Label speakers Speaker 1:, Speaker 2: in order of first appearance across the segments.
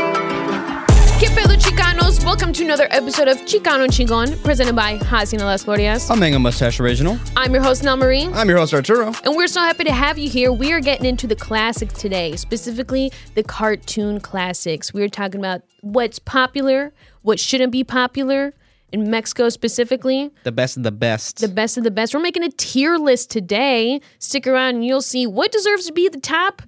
Speaker 1: Que pedo Chicanos, welcome to another episode of Chicano Chingon, presented by Hasina Las Glorias.
Speaker 2: I'm Mango Mustache Original.
Speaker 1: I'm your host, Nal Marie,
Speaker 2: I'm your host Arturo.
Speaker 1: and we're so happy to have you here. We are getting into the classics today, specifically the cartoon classics. We're talking about what's popular, what shouldn't be popular, in Mexico specifically,
Speaker 2: The best of the best.
Speaker 1: the best of the best. We're making a tier list today. Stick around and you'll see what deserves to be at the top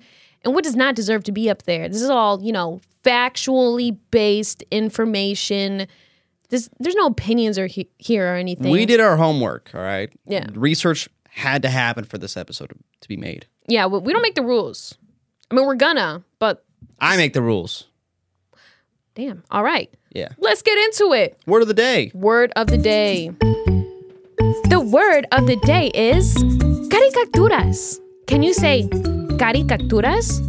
Speaker 1: and what does not deserve to be up there. This is all, you know, factually based information. This, there's no opinions or he- here or anything.
Speaker 2: we did our homework, all right?
Speaker 1: Yeah.
Speaker 2: Research had to happen for this episode to be made.
Speaker 1: Yeah, we, we don't make the rules. I mean, we're gonna, but
Speaker 2: I make the rules.
Speaker 1: damn. All right.
Speaker 2: Yeah.
Speaker 1: Let's get into it.
Speaker 2: Word of the day.
Speaker 1: Word of the day. The word of the day is caricaturas. Can you say caricaturas?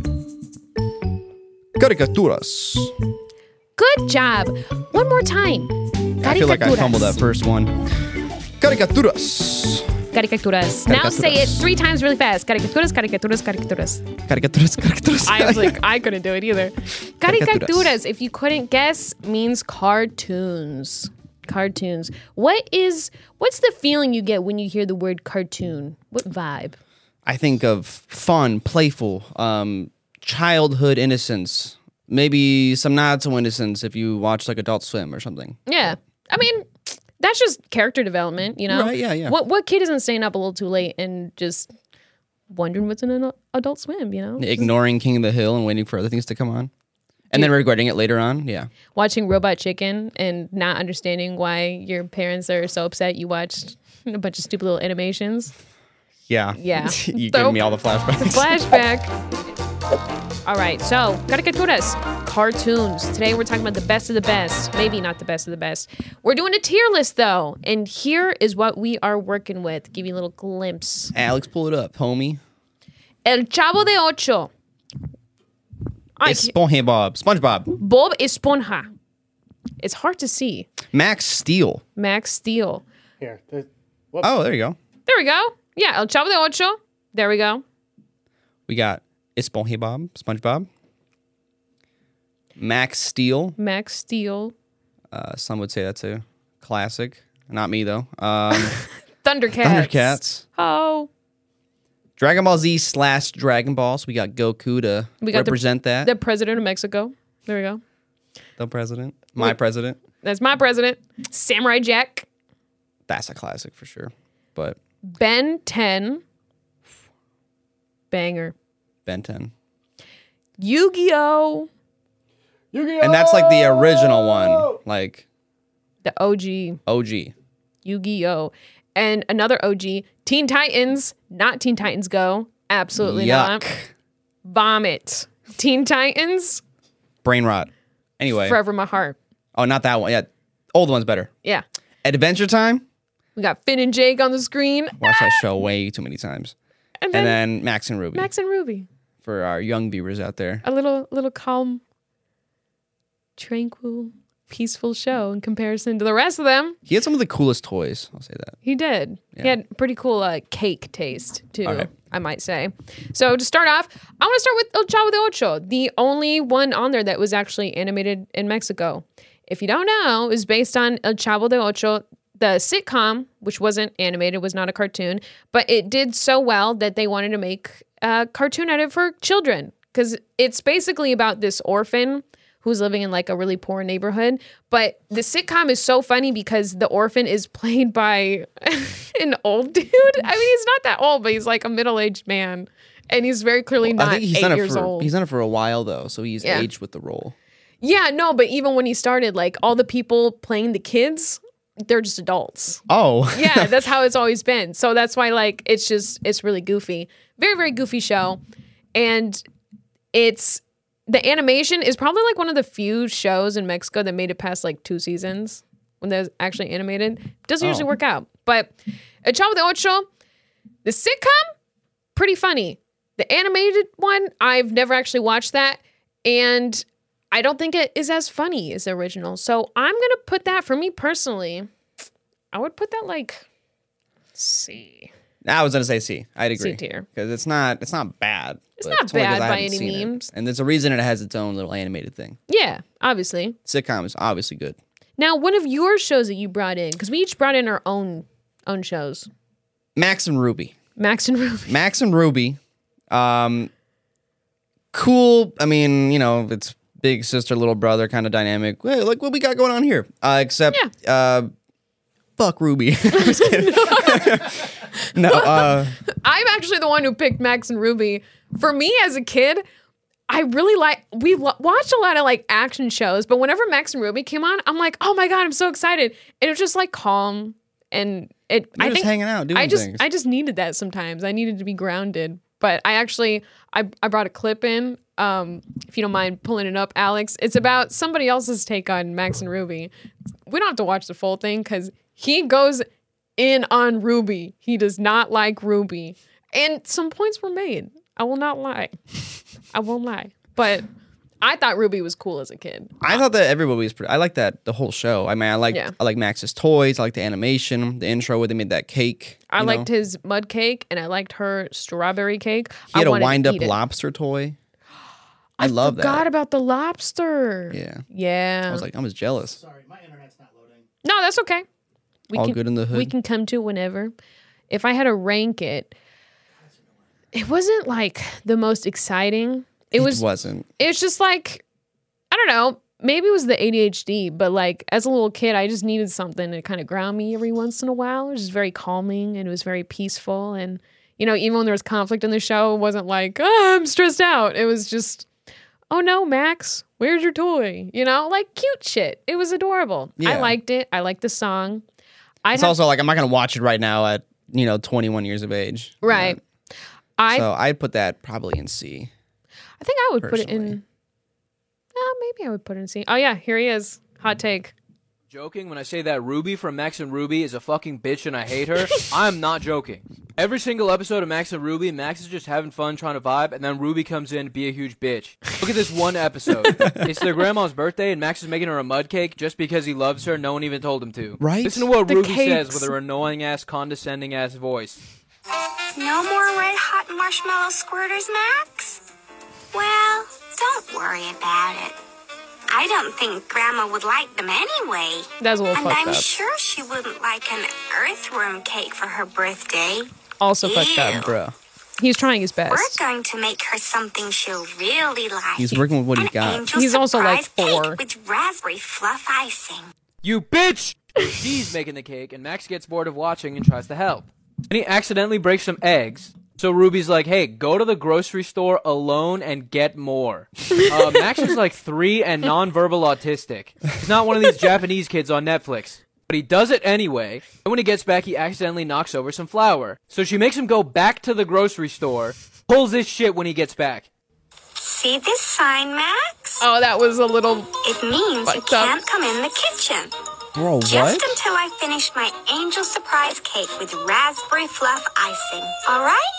Speaker 2: Caricaturas.
Speaker 1: Good job. One more time.
Speaker 2: I feel like I fumbled that first one. Caricaturas.
Speaker 1: Caricaturas. Now
Speaker 2: Caricaturas.
Speaker 1: say it three times really fast. Caricaturas, caricaturas, caricaturas.
Speaker 2: Caricaturas, caricaturas.
Speaker 1: I was like, I couldn't do it either. Caricaturas,
Speaker 2: Caricaturas.
Speaker 1: if you couldn't guess, means cartoons. Cartoons. What is what's the feeling you get when you hear the word cartoon? What vibe?
Speaker 2: I think of fun, playful, um, childhood innocence. Maybe some nod to innocence if you watch like Adult Swim or something.
Speaker 1: Yeah. I mean, that's just character development, you know?
Speaker 2: Right, yeah, yeah.
Speaker 1: What what kid isn't staying up a little too late and just wondering what's in an adult swim, you know?
Speaker 2: Ignoring King of the Hill and waiting for other things to come on. And then regretting it later on. Yeah.
Speaker 1: watching Robot Chicken and not understanding why your parents are so upset you watched a bunch of stupid little animations.
Speaker 2: Yeah.
Speaker 1: Yeah.
Speaker 2: you
Speaker 1: So-
Speaker 2: gave me all the flashbacks.
Speaker 1: Flashback. All right, so caricaturas, cartoons. Today we're talking about the best of the best, maybe not the best of the best. We're doing a tier list though, and here is what we are working with. Give you a little glimpse.
Speaker 2: Alex, pull it up, homie.
Speaker 1: El Chavo de Ocho. I-
Speaker 2: It's SpongeBob. SpongeBob.
Speaker 1: Bob Esponja. It's hard to see.
Speaker 2: Max Steel.
Speaker 1: Max Steel.
Speaker 3: Here, th- whoop,
Speaker 2: Oh, there you go.
Speaker 1: There we go. Yeah, El Chavo de Ocho. There we go.
Speaker 2: We got it's SpongeBob. SpongeBob. Max Steel.
Speaker 1: Max Steel,
Speaker 2: Uh, some would say that's a classic. Not me though. Um,
Speaker 1: Thundercats.
Speaker 2: Thundercats.
Speaker 1: Oh,
Speaker 2: Dragon Ball Z slash Dragon Balls. we got Goku to
Speaker 1: We got the-
Speaker 2: represent that.
Speaker 1: the
Speaker 2: The,
Speaker 1: president of Mexico. There we go.
Speaker 2: president. My president.
Speaker 1: That's my president. Samurai Jack.
Speaker 2: That's a classic for sure. But
Speaker 1: Ben 10. Banger.
Speaker 2: Ben 10.
Speaker 1: Yu Gi Oh!
Speaker 3: Yu-Gi-Oh!
Speaker 2: And that's like the original one. Like
Speaker 1: The OG.
Speaker 2: OG.
Speaker 1: Yu Gi Oh! And another OG. Teen Titans. Not Teen Titans Go. Absolutely
Speaker 2: Yuck.
Speaker 1: not. Vomit. Teen Titans.
Speaker 2: Brain rot. Anyway.
Speaker 1: Forever My Heart.
Speaker 2: Oh, not that one. Yeah. Old one's better.
Speaker 1: Yeah.
Speaker 2: Adventure Time.
Speaker 1: We got Finn and Jake on the screen.
Speaker 2: Watched that show way too many times.
Speaker 1: And then,
Speaker 2: And then Max and Ruby
Speaker 1: Max and Ruby.
Speaker 2: for our young viewers out there.
Speaker 1: a little little calm, tranquil, peaceful show in comparison to the rest of them.
Speaker 2: He had some of the coolest toys. I'll say that.
Speaker 1: He did. He had pretty cool uh, cake taste too.
Speaker 2: right.
Speaker 1: I might say. So to start off, I want to start with El Chavo de Ocho, the only one on there that was actually animated in Mexico. If you don't know, is based on El Chavo de Ocho, the sitcom, which wasn't animated, was not a cartoon, but it did so well that they wanted to make a cartoon out of it for children because it's basically about this orphan who's living in like a really poor neighborhood. But the sitcom is so funny because the orphan is played by an old dude. I mean, he's not that old, but he's like a middle aged man, and he's very clearly not
Speaker 2: I think he's
Speaker 1: eight
Speaker 2: done it
Speaker 1: years
Speaker 2: for
Speaker 1: old.
Speaker 2: he's done it for a while though, so he's
Speaker 1: Yeah.
Speaker 2: aged with the role.
Speaker 1: yeah, no, but even when he started, like all the people playing the kids, they're just adults.
Speaker 2: Oh.
Speaker 1: yeah, that's how it's always been. So that's why like it's just it's really goofy. Very very goofy show. And it's the animation is probably like one of the few shows in Mexico that made it past like two seasons when they're actually animated. Doesn't usually
Speaker 2: Oh.
Speaker 1: work out. But El Chavo de Ocho, the sitcom, pretty funny. The animated one, I've never actually watched that. And I don't think it is as funny as the original. So I'm gonna put that for me personally. I would put that like C.
Speaker 2: I was gonna say C. I'd agree.
Speaker 1: tier.
Speaker 2: because it's not it's not bad.
Speaker 1: It's
Speaker 2: but
Speaker 1: not
Speaker 2: only 'cause
Speaker 1: bad
Speaker 2: I
Speaker 1: by
Speaker 2: haven't
Speaker 1: any
Speaker 2: seen it.
Speaker 1: means.
Speaker 2: and there's a reason it has its own little animated thing.
Speaker 1: Yeah, obviously.
Speaker 2: Sitcom is obviously good.
Speaker 1: Now, one of your shows that you brought in, because we each brought in our own own shows.
Speaker 2: Max and Ruby.
Speaker 1: Max and Ruby.
Speaker 2: Max and Ruby. Um, cool. I mean, you know, it's big sister, little brother kind of dynamic. Hey, like what we got going on here. Uh, except, uh, fuck Ruby. Just kidding. no, uh,
Speaker 1: I'm actually the one who picked Max and Ruby. For me as a kid, I really like we lo- watched a lot of like action shows, but whenever Max and Ruby came on, I'm like, "Oh my god, I'm so excited." And it was just like calm and it
Speaker 2: You're
Speaker 1: I
Speaker 2: just
Speaker 1: think
Speaker 2: hanging out, doing
Speaker 1: I just
Speaker 2: things.
Speaker 1: I just needed that sometimes. I needed to be grounded. But I actually I I brought a clip in um if you don't mind pulling it up, Alex. It's about somebody else's take on Max and Ruby. We don't have to watch the full thing cuz he goes in on Ruby. He does not like Ruby. And some points were made. I will not lie. I won't lie. But I thought Ruby was cool as a kid.
Speaker 2: I thought that everybody was pretty. I like that the whole show. I mean, I like
Speaker 1: Yeah.
Speaker 2: I like Max's toys. I like the animation, the intro where they made that cake.
Speaker 1: I
Speaker 2: you
Speaker 1: liked
Speaker 2: know?
Speaker 1: his mud cake and I liked her strawberry cake.
Speaker 2: He had
Speaker 1: I
Speaker 2: a
Speaker 1: wanted to
Speaker 2: wind up
Speaker 1: eat it.
Speaker 2: lobster toy. I, love
Speaker 1: forgot
Speaker 2: that.
Speaker 1: about the lobster.
Speaker 2: Yeah.
Speaker 1: Yeah.
Speaker 2: I was like, I was jealous.
Speaker 4: Sorry, my internet's not loading.
Speaker 1: no, that's okay. We
Speaker 2: All
Speaker 1: can,
Speaker 2: good in the
Speaker 1: We
Speaker 2: hood.
Speaker 1: can come to whenever. If I had to rank it, it wasn't like the most exciting. It was.
Speaker 2: wasn't.
Speaker 1: It was just like, I don't know. Maybe it was the ADHD, but like as a little kid, I just needed something to kind of ground me every once in a while. It was just very calming and it was very peaceful. And you know, even when there was conflict in the show, it wasn't like oh, I'm stressed out. It was just oh no, Max, where's your toy? You know, like cute shit. It was adorable. I
Speaker 2: Yeah.
Speaker 1: liked it. I liked the song. I
Speaker 2: It's also like I'm not gonna watch it right now at you know 21 years of age.
Speaker 1: right. I
Speaker 2: so I put that probably in C.
Speaker 1: I think I would put it
Speaker 2: personally.
Speaker 1: in. Uh, maybe I would put it in C. Oh yeah, here he is. Hot take.
Speaker 5: joking when I say that Ruby from Max and Ruby is a fucking bitch and I hate her. I'm not joking. Every single episode of Max and Ruby, Max is just having fun trying to vibe, and then Ruby comes in to be a huge bitch. Look at this one episode. it's their grandma's birthday, and Max is making her a mud cake just because he loves her. No one even told him to.
Speaker 2: Right?
Speaker 5: Listen to what
Speaker 1: The
Speaker 5: Ruby says
Speaker 1: cakes.
Speaker 5: with her annoying ass, condescending ass voice.
Speaker 6: No more red hot marshmallow squirters, Max? Well, don't worry about it. I don't think Grandma would like them anyway.
Speaker 1: That's a little
Speaker 6: And
Speaker 1: fucked
Speaker 6: I'm
Speaker 1: up.
Speaker 6: sure she wouldn't like an earthworm cake for her birthday.
Speaker 1: also fucked
Speaker 6: fucked
Speaker 1: up.
Speaker 6: up.
Speaker 2: Bruh.
Speaker 1: He's trying his
Speaker 6: We're
Speaker 1: best.
Speaker 6: going to make her something she'll really like.
Speaker 2: He's working with what he
Speaker 6: An
Speaker 2: got.
Speaker 6: angel
Speaker 1: He's also, like,
Speaker 6: surprise cake
Speaker 1: four.
Speaker 6: With raspberry fluff icing.
Speaker 5: You bitch! She's making the cake, and Max gets bored of watching and tries to help. And he accidentally breaks some eggs. So Ruby's like, hey, go to the grocery store alone and get more. Uh, Max is like three and nonverbal autistic. He's not one of these Japanese kids on Netflix. But he does it anyway. And when he gets back, he accidentally knocks over some flour. So she makes him go back to the grocery store, pulls his shit when he gets back.
Speaker 6: See this sign, Max?
Speaker 1: Oh, that was a little.
Speaker 6: It means you
Speaker 1: Fucked up.
Speaker 6: can't come in the kitchen.
Speaker 2: Bro,
Speaker 6: Just
Speaker 2: what?
Speaker 6: until I finish my angel surprise cake with raspberry fluff icing. All right?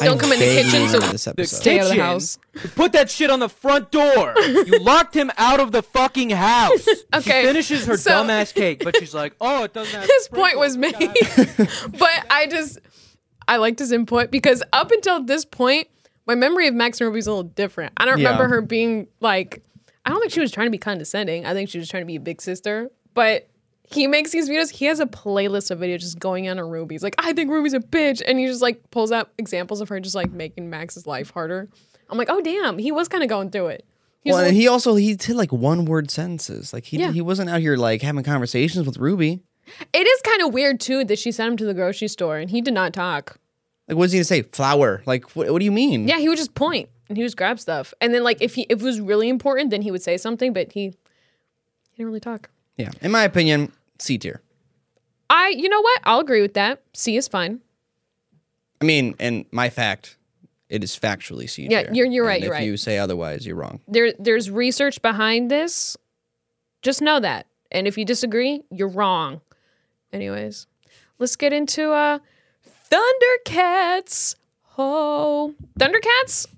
Speaker 1: Don't come in the
Speaker 2: vaguely
Speaker 1: kitchen, so-
Speaker 2: remember this episode.
Speaker 1: Stay out of the house.
Speaker 5: You Put that shit on the front door. You locked him out of the fucking house.
Speaker 1: Okay,
Speaker 5: She finishes her
Speaker 1: so-
Speaker 5: dumbass cake, but she's like, "Oh, it doesn't have."
Speaker 1: His point was made, but I just I liked his input because up until this point, my memory of Max and Ruby's a little different. I don't
Speaker 2: Yeah.
Speaker 1: remember her being like. I don't think she was trying to be condescending. I think she was trying to be a big sister. But he makes these videos. He has a playlist of videos just going on on Ruby. He's like, I think Ruby's a bitch, and he just like pulls out examples of her just like making Max's life harder. I'm like, oh damn, he was kind of going through it. He was
Speaker 2: Well,
Speaker 1: a
Speaker 2: and he also he did like one word sentences. Like he
Speaker 1: Yeah.
Speaker 2: he wasn't out here like having conversations with Ruby.
Speaker 1: It is kind of weird too that she sent him to the grocery store and he did not talk.
Speaker 2: Like what does he gonna say? Flower. Like what, what do you mean?
Speaker 1: Yeah, he would just point and he would just grab stuff. And then like if he if it was really important, then he would say something, but he he didn't really talk.
Speaker 2: Yeah. In my opinion, C tier.
Speaker 1: I you know what? I'll agree with that. C is fine.
Speaker 2: I mean, and my fact, it is factually C tier.
Speaker 1: Yeah, you're- you're right,
Speaker 2: And
Speaker 1: you're
Speaker 2: if
Speaker 1: right.
Speaker 2: you say otherwise, you're wrong.
Speaker 1: There there's research behind this. Just know that. And if you disagree, you're wrong. Anyways, let's get into uh Thundercats. Oh, Thundercats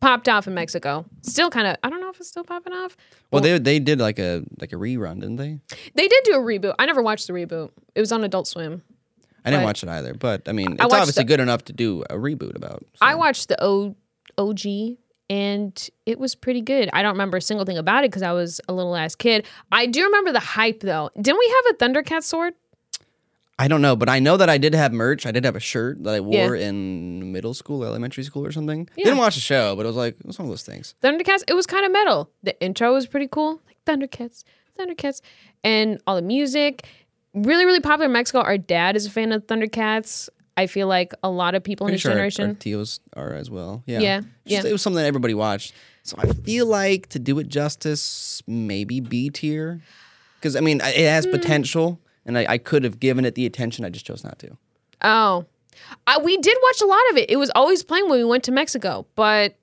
Speaker 1: popped off in Mexico. Still kind of, I don't know if it's still popping off.
Speaker 2: Well, they they did like a like a rerun, didn't they?
Speaker 1: They did do a reboot. I never watched the reboot. It was on Adult Swim.
Speaker 2: I didn't
Speaker 1: But-
Speaker 2: watch it either, but I mean,
Speaker 1: I
Speaker 2: it's
Speaker 1: watched
Speaker 2: obviously
Speaker 1: the-
Speaker 2: good enough to do a reboot about.
Speaker 1: I watched the o- OG and it was pretty good. I don't remember a single thing about it because I was a little ass kid. I do remember the hype though. Didn't we have a Thundercat sword?
Speaker 2: I don't know, but I know that I did have merch. I did have a shirt that I
Speaker 1: Yeah.
Speaker 2: wore in middle school, elementary school, or something. Didn't watch the show, but it was like it was one of those things.
Speaker 1: Thundercats, it was kind of metal. The intro was pretty cool, like Thundercats, Thundercats, and all the music. Really, really popular in Mexico. Our dad is a fan of Thundercats. I feel like a lot of people in
Speaker 2: Pretty
Speaker 1: this
Speaker 2: sure our-
Speaker 1: generation.
Speaker 2: our tios are as well. Yeah,
Speaker 1: Yeah,
Speaker 2: Just-
Speaker 1: yeah.
Speaker 2: It was something that everybody watched. So I feel like to do it justice, maybe B tier, because I mean I- it
Speaker 1: Hmm.
Speaker 2: has potential, and I, I could have given it the attention. I just chose not to.
Speaker 1: Oh, I, we did watch a lot of it. It was always playing when we went to Mexico, but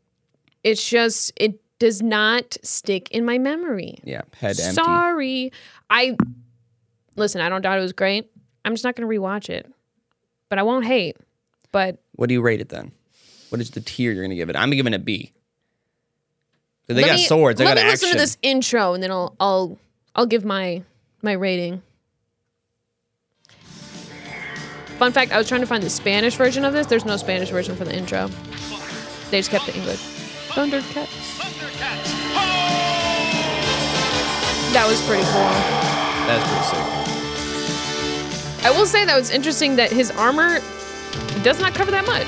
Speaker 1: it's just it does not stick in my memory.
Speaker 2: Yeah, head empty.
Speaker 1: Sorry, I listen. I don't doubt it was great. I'm just not going to rewatch it, but I won't hate. But
Speaker 2: What do you rate it then? What is the tier you're gonna give it? I'm giving it B. 'Cause They
Speaker 1: let
Speaker 2: got
Speaker 1: me-
Speaker 2: swords. They
Speaker 1: let
Speaker 2: got
Speaker 1: me
Speaker 2: action.
Speaker 1: listen to this intro, and then I'll I'll I'll give my my rating. Fun fact: I was trying to find the Spanish version of this. There's no Spanish version for the intro. They just kept the English. Thundercats. That was pretty cool.
Speaker 2: That's pretty sick.
Speaker 1: I will say that was interesting that his armor does not cover that much.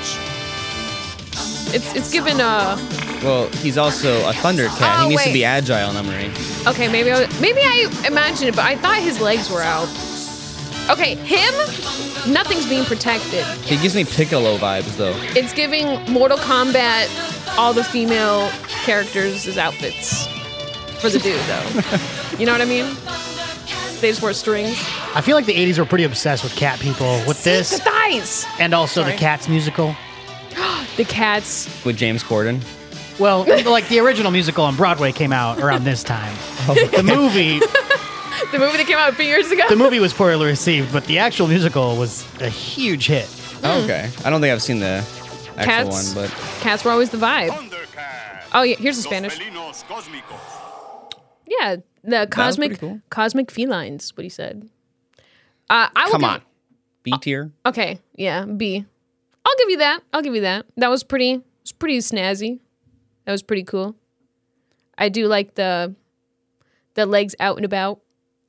Speaker 1: It's it's given uh
Speaker 2: Well, he's also a Thundercat.
Speaker 1: Oh,
Speaker 2: he needs
Speaker 1: wait.
Speaker 2: to be agile, Emery.
Speaker 1: Okay, maybe I maybe I imagined it, but I thought his legs were out. Okay, him, nothing's being protected.
Speaker 2: He gives me Piccolo vibes, though.
Speaker 1: It's giving Mortal Kombat all the female characters as outfits for the dude, though. you know what I mean? They just wore strings.
Speaker 4: I feel like the 80s were pretty obsessed with cat people with
Speaker 1: the
Speaker 4: this
Speaker 1: thighs,
Speaker 4: and also
Speaker 1: Sorry.
Speaker 4: the Cats musical.
Speaker 1: the cats.
Speaker 2: With James Corden.
Speaker 1: Mm.
Speaker 4: Well, like the original musical on Broadway came out around this time.
Speaker 1: Oh
Speaker 4: The movie,
Speaker 1: The movie that came out a few years ago.
Speaker 4: the movie was poorly received, but the actual musical was a huge hit.
Speaker 2: Oh, Okay. I don't think I've seen the actual
Speaker 1: Cats.
Speaker 2: one, but
Speaker 1: Cats were always the vibe. Oh yeah, here's the Spanish. Yeah, the cosmic
Speaker 2: pretty cool.
Speaker 1: cosmic felines. What he said. Uh, I will
Speaker 2: come
Speaker 1: give-
Speaker 2: on. B
Speaker 1: Uh,
Speaker 2: tier.
Speaker 1: Okay, yeah, B. I'll give you that. I'll give you that. That was pretty. It was pretty snazzy. That was pretty cool. I do like the the legs out and about.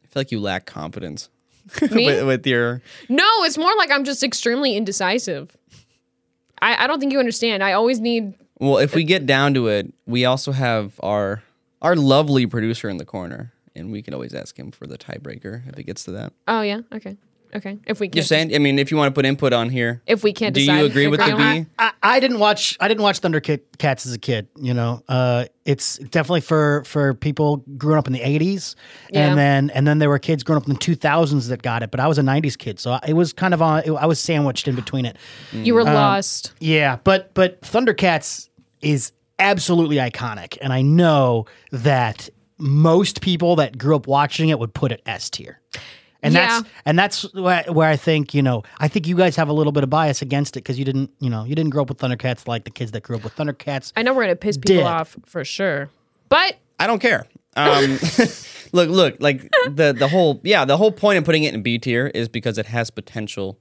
Speaker 2: I feel like you lack confidence
Speaker 1: Me?
Speaker 2: with, with your.
Speaker 1: No, it's more like I'm just extremely indecisive. I, I don't think you understand. I always need.
Speaker 2: Well, if we get down to it, we also have our our lovely producer in the corner, and we can always ask him for the tiebreaker if it gets to that.
Speaker 1: Oh yeah. Okay. Okay. If we
Speaker 2: You're
Speaker 1: can.
Speaker 2: saying? I mean, if you want to put input on here,
Speaker 1: If we can't
Speaker 2: do
Speaker 1: decide,
Speaker 2: you agree with the
Speaker 1: agree on
Speaker 2: B?
Speaker 1: that.
Speaker 4: I, I didn't watch I didn't watch Thundercats as a kid. You know, uh, it's definitely for for people growing up in the '80s,
Speaker 1: Yeah.
Speaker 4: and then and then there were kids growing up in the 2000s that got it. But I was a '90s kid, so I, it was kind of on. I was sandwiched in between it.
Speaker 1: you
Speaker 4: Mm. Um,
Speaker 1: were lost.
Speaker 4: Yeah, but but Thundercats is absolutely iconic, and I know that most people that grew up watching it would put it S tier. And
Speaker 1: Yeah.
Speaker 4: that's and that's where, where I think you know I think you guys have a little bit of bias against it because you didn't you know you didn't grow up with Thundercats like the kids that grew up with Thundercats.
Speaker 1: I know we're gonna piss people
Speaker 4: Did.
Speaker 1: off for sure, but
Speaker 2: I don't care. Um, look, look, like the the whole yeah, the whole point of putting it in B tier is because it has potential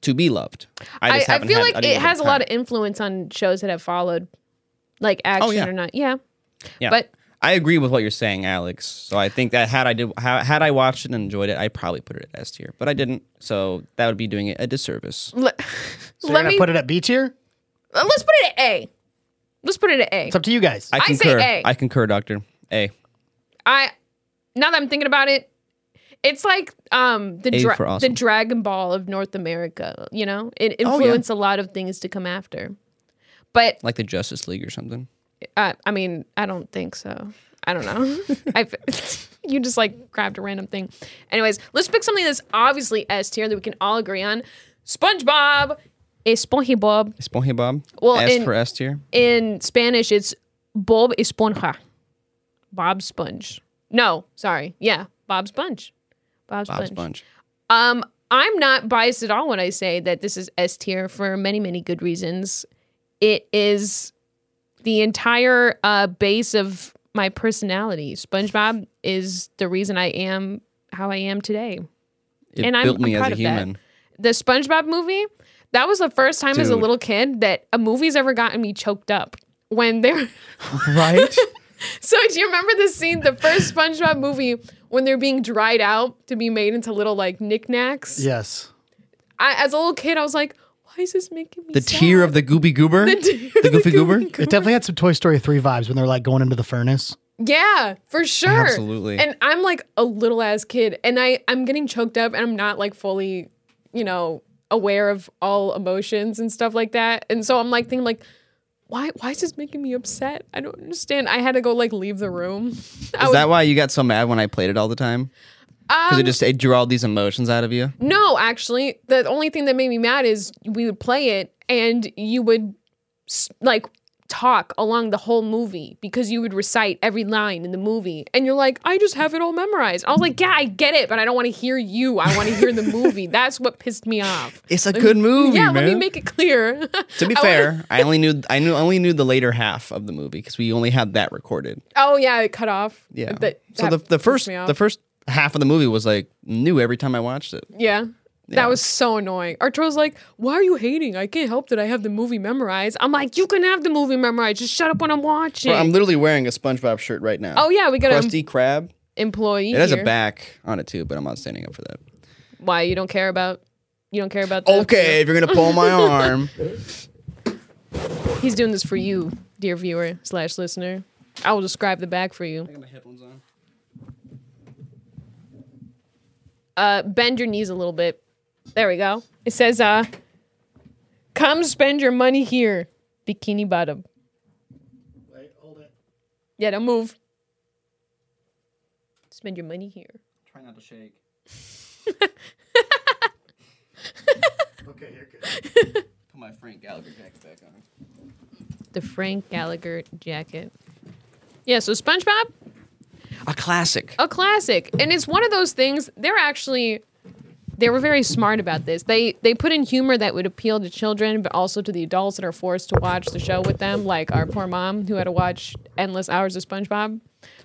Speaker 2: to be loved. I,
Speaker 1: I,
Speaker 2: just
Speaker 1: I
Speaker 2: haven't
Speaker 1: feel
Speaker 2: had-
Speaker 1: like
Speaker 2: I didn't
Speaker 1: it
Speaker 2: give
Speaker 1: has a lot
Speaker 2: time.
Speaker 1: of influence on shows that have followed, like action
Speaker 2: Oh, yeah.
Speaker 1: or not. Yeah.
Speaker 2: Yeah.
Speaker 1: but-
Speaker 2: I agree with what you're saying, Alex. So I think that had I did ha- had I watched it and enjoyed it, I probably put it at S tier, but I didn't. So that would be doing it a disservice.
Speaker 1: Let,
Speaker 4: So you're
Speaker 1: let
Speaker 4: gonna
Speaker 1: me
Speaker 4: put it at B tier.
Speaker 1: Uh, Let's put it at A. Let's put it at A.
Speaker 4: It's up to you guys.
Speaker 1: I say
Speaker 2: concur.
Speaker 1: A.
Speaker 2: I concur, Doctor. A.
Speaker 1: I now that I'm thinking about it, it's like um the
Speaker 2: A
Speaker 1: dra-
Speaker 2: for awesome.
Speaker 1: the Dragon Ball of North America. You know, it
Speaker 4: Oh,
Speaker 1: influenced a lot of things to come after. But
Speaker 2: Like the Justice League or something.
Speaker 1: uh, I mean, I don't think so. I don't know. I you just like grabbed a random thing. Anyways, let's pick something that's obviously S tier that we can all agree on. SpongeBob, is SpongeBob.
Speaker 2: SpongeBob.
Speaker 1: Well,
Speaker 2: S
Speaker 1: in-
Speaker 2: for S tier.
Speaker 1: in Spanish, it's Bob Esponja. Bob Sponge. No, sorry. Yeah, Bob Sponge. Bob Sponge.
Speaker 2: Bob Sponge.
Speaker 1: Um, I'm not biased at all when I say that this is S tier for many, many good reasons. It is the entire uh, base of my personality. SpongeBob is the reason I am how I am today.
Speaker 2: It
Speaker 1: And I'm-
Speaker 2: built
Speaker 1: I'm
Speaker 2: me as
Speaker 1: proud
Speaker 2: a
Speaker 1: of that.
Speaker 2: human.
Speaker 1: The SpongeBob movie, that was the first time as a
Speaker 2: Dude.
Speaker 1: little kid that a movie's ever gotten me choked up. When they're
Speaker 4: right?
Speaker 1: so, do you remember the scene, the first SpongeBob movie, when they're being dried out to be made into little like knickknacks?
Speaker 4: yes.
Speaker 1: I, as a little kid, I was like, why is this making me
Speaker 2: The
Speaker 1: sad?
Speaker 2: tear of the Gooby Goober, the,
Speaker 1: tear of the
Speaker 2: Goofy Goober.
Speaker 4: It definitely had some Toy Story 3 vibes when they're like going into the furnace.
Speaker 1: Yeah, for sure.
Speaker 2: Absolutely.
Speaker 1: And I'm like a little ass kid and I I'm getting choked up and I'm not like fully, you know, aware of all emotions and stuff like that. And so I'm like thinking like why why is this making me upset? I don't understand. I had to go like leave the room. I
Speaker 2: Is
Speaker 1: was,
Speaker 2: that why you got so mad when I played it all the time? Because
Speaker 1: Um,
Speaker 2: it just it drew all these emotions out of you.
Speaker 1: no, actually, the only thing that made me mad is we would play it and you would s- like talk along the whole movie because you would recite every line in the movie and you're like I just have it all memorized. I was like, yeah, I get it, but I don't want to hear you. I want to hear the movie. That's what pissed me off.
Speaker 2: It's a good movie,
Speaker 1: yeah,
Speaker 2: man.
Speaker 1: let me make it clear.
Speaker 2: to be fair, I only knew I knew only knew the later half of the movie because we only had that recorded.
Speaker 1: oh yeah, it cut off.
Speaker 2: Yeah.
Speaker 1: That-
Speaker 2: so the
Speaker 1: that
Speaker 2: the
Speaker 1: pissed
Speaker 2: first
Speaker 1: me off.
Speaker 2: the first half of the movie was like new every time I watched it.
Speaker 1: Yeah. That was so annoying. Arturo's like, why are you hating? I can't help that I have the movie memorized. I'm like, you can have the movie memorized. Just shut up when I'm watching.
Speaker 2: Bro, I'm literally wearing a SpongeBob shirt right now.
Speaker 1: oh, yeah, we got an em-
Speaker 2: crusty crab.
Speaker 1: employee
Speaker 2: It has a
Speaker 1: here.
Speaker 2: back on it too, but I'm not standing up for that.
Speaker 1: Why? You don't care about... You don't care about the-
Speaker 2: Okay, if you're gonna pull my arm,
Speaker 1: He's doing this for you, dear viewer slash listener. I will describe the back for you. Uh, bend your knees a little bit. There we go. It says, uh, come spend your money here, Bikini Bottom. Wait, hold it. Yeah, don't move. Spend your money here.
Speaker 2: try not to shake.
Speaker 4: Okay, you're good.
Speaker 2: Put my Frank Gallagher jacket back on.
Speaker 1: The Frank Gallagher jacket. Yeah, so SpongeBob,
Speaker 2: A classic.
Speaker 1: a classic and it's one of those things they're actually they were very smart about this they they put in humor that would appeal to children but also to the adults that are forced to watch the show with them like our poor mom who had to watch endless hours of spongebob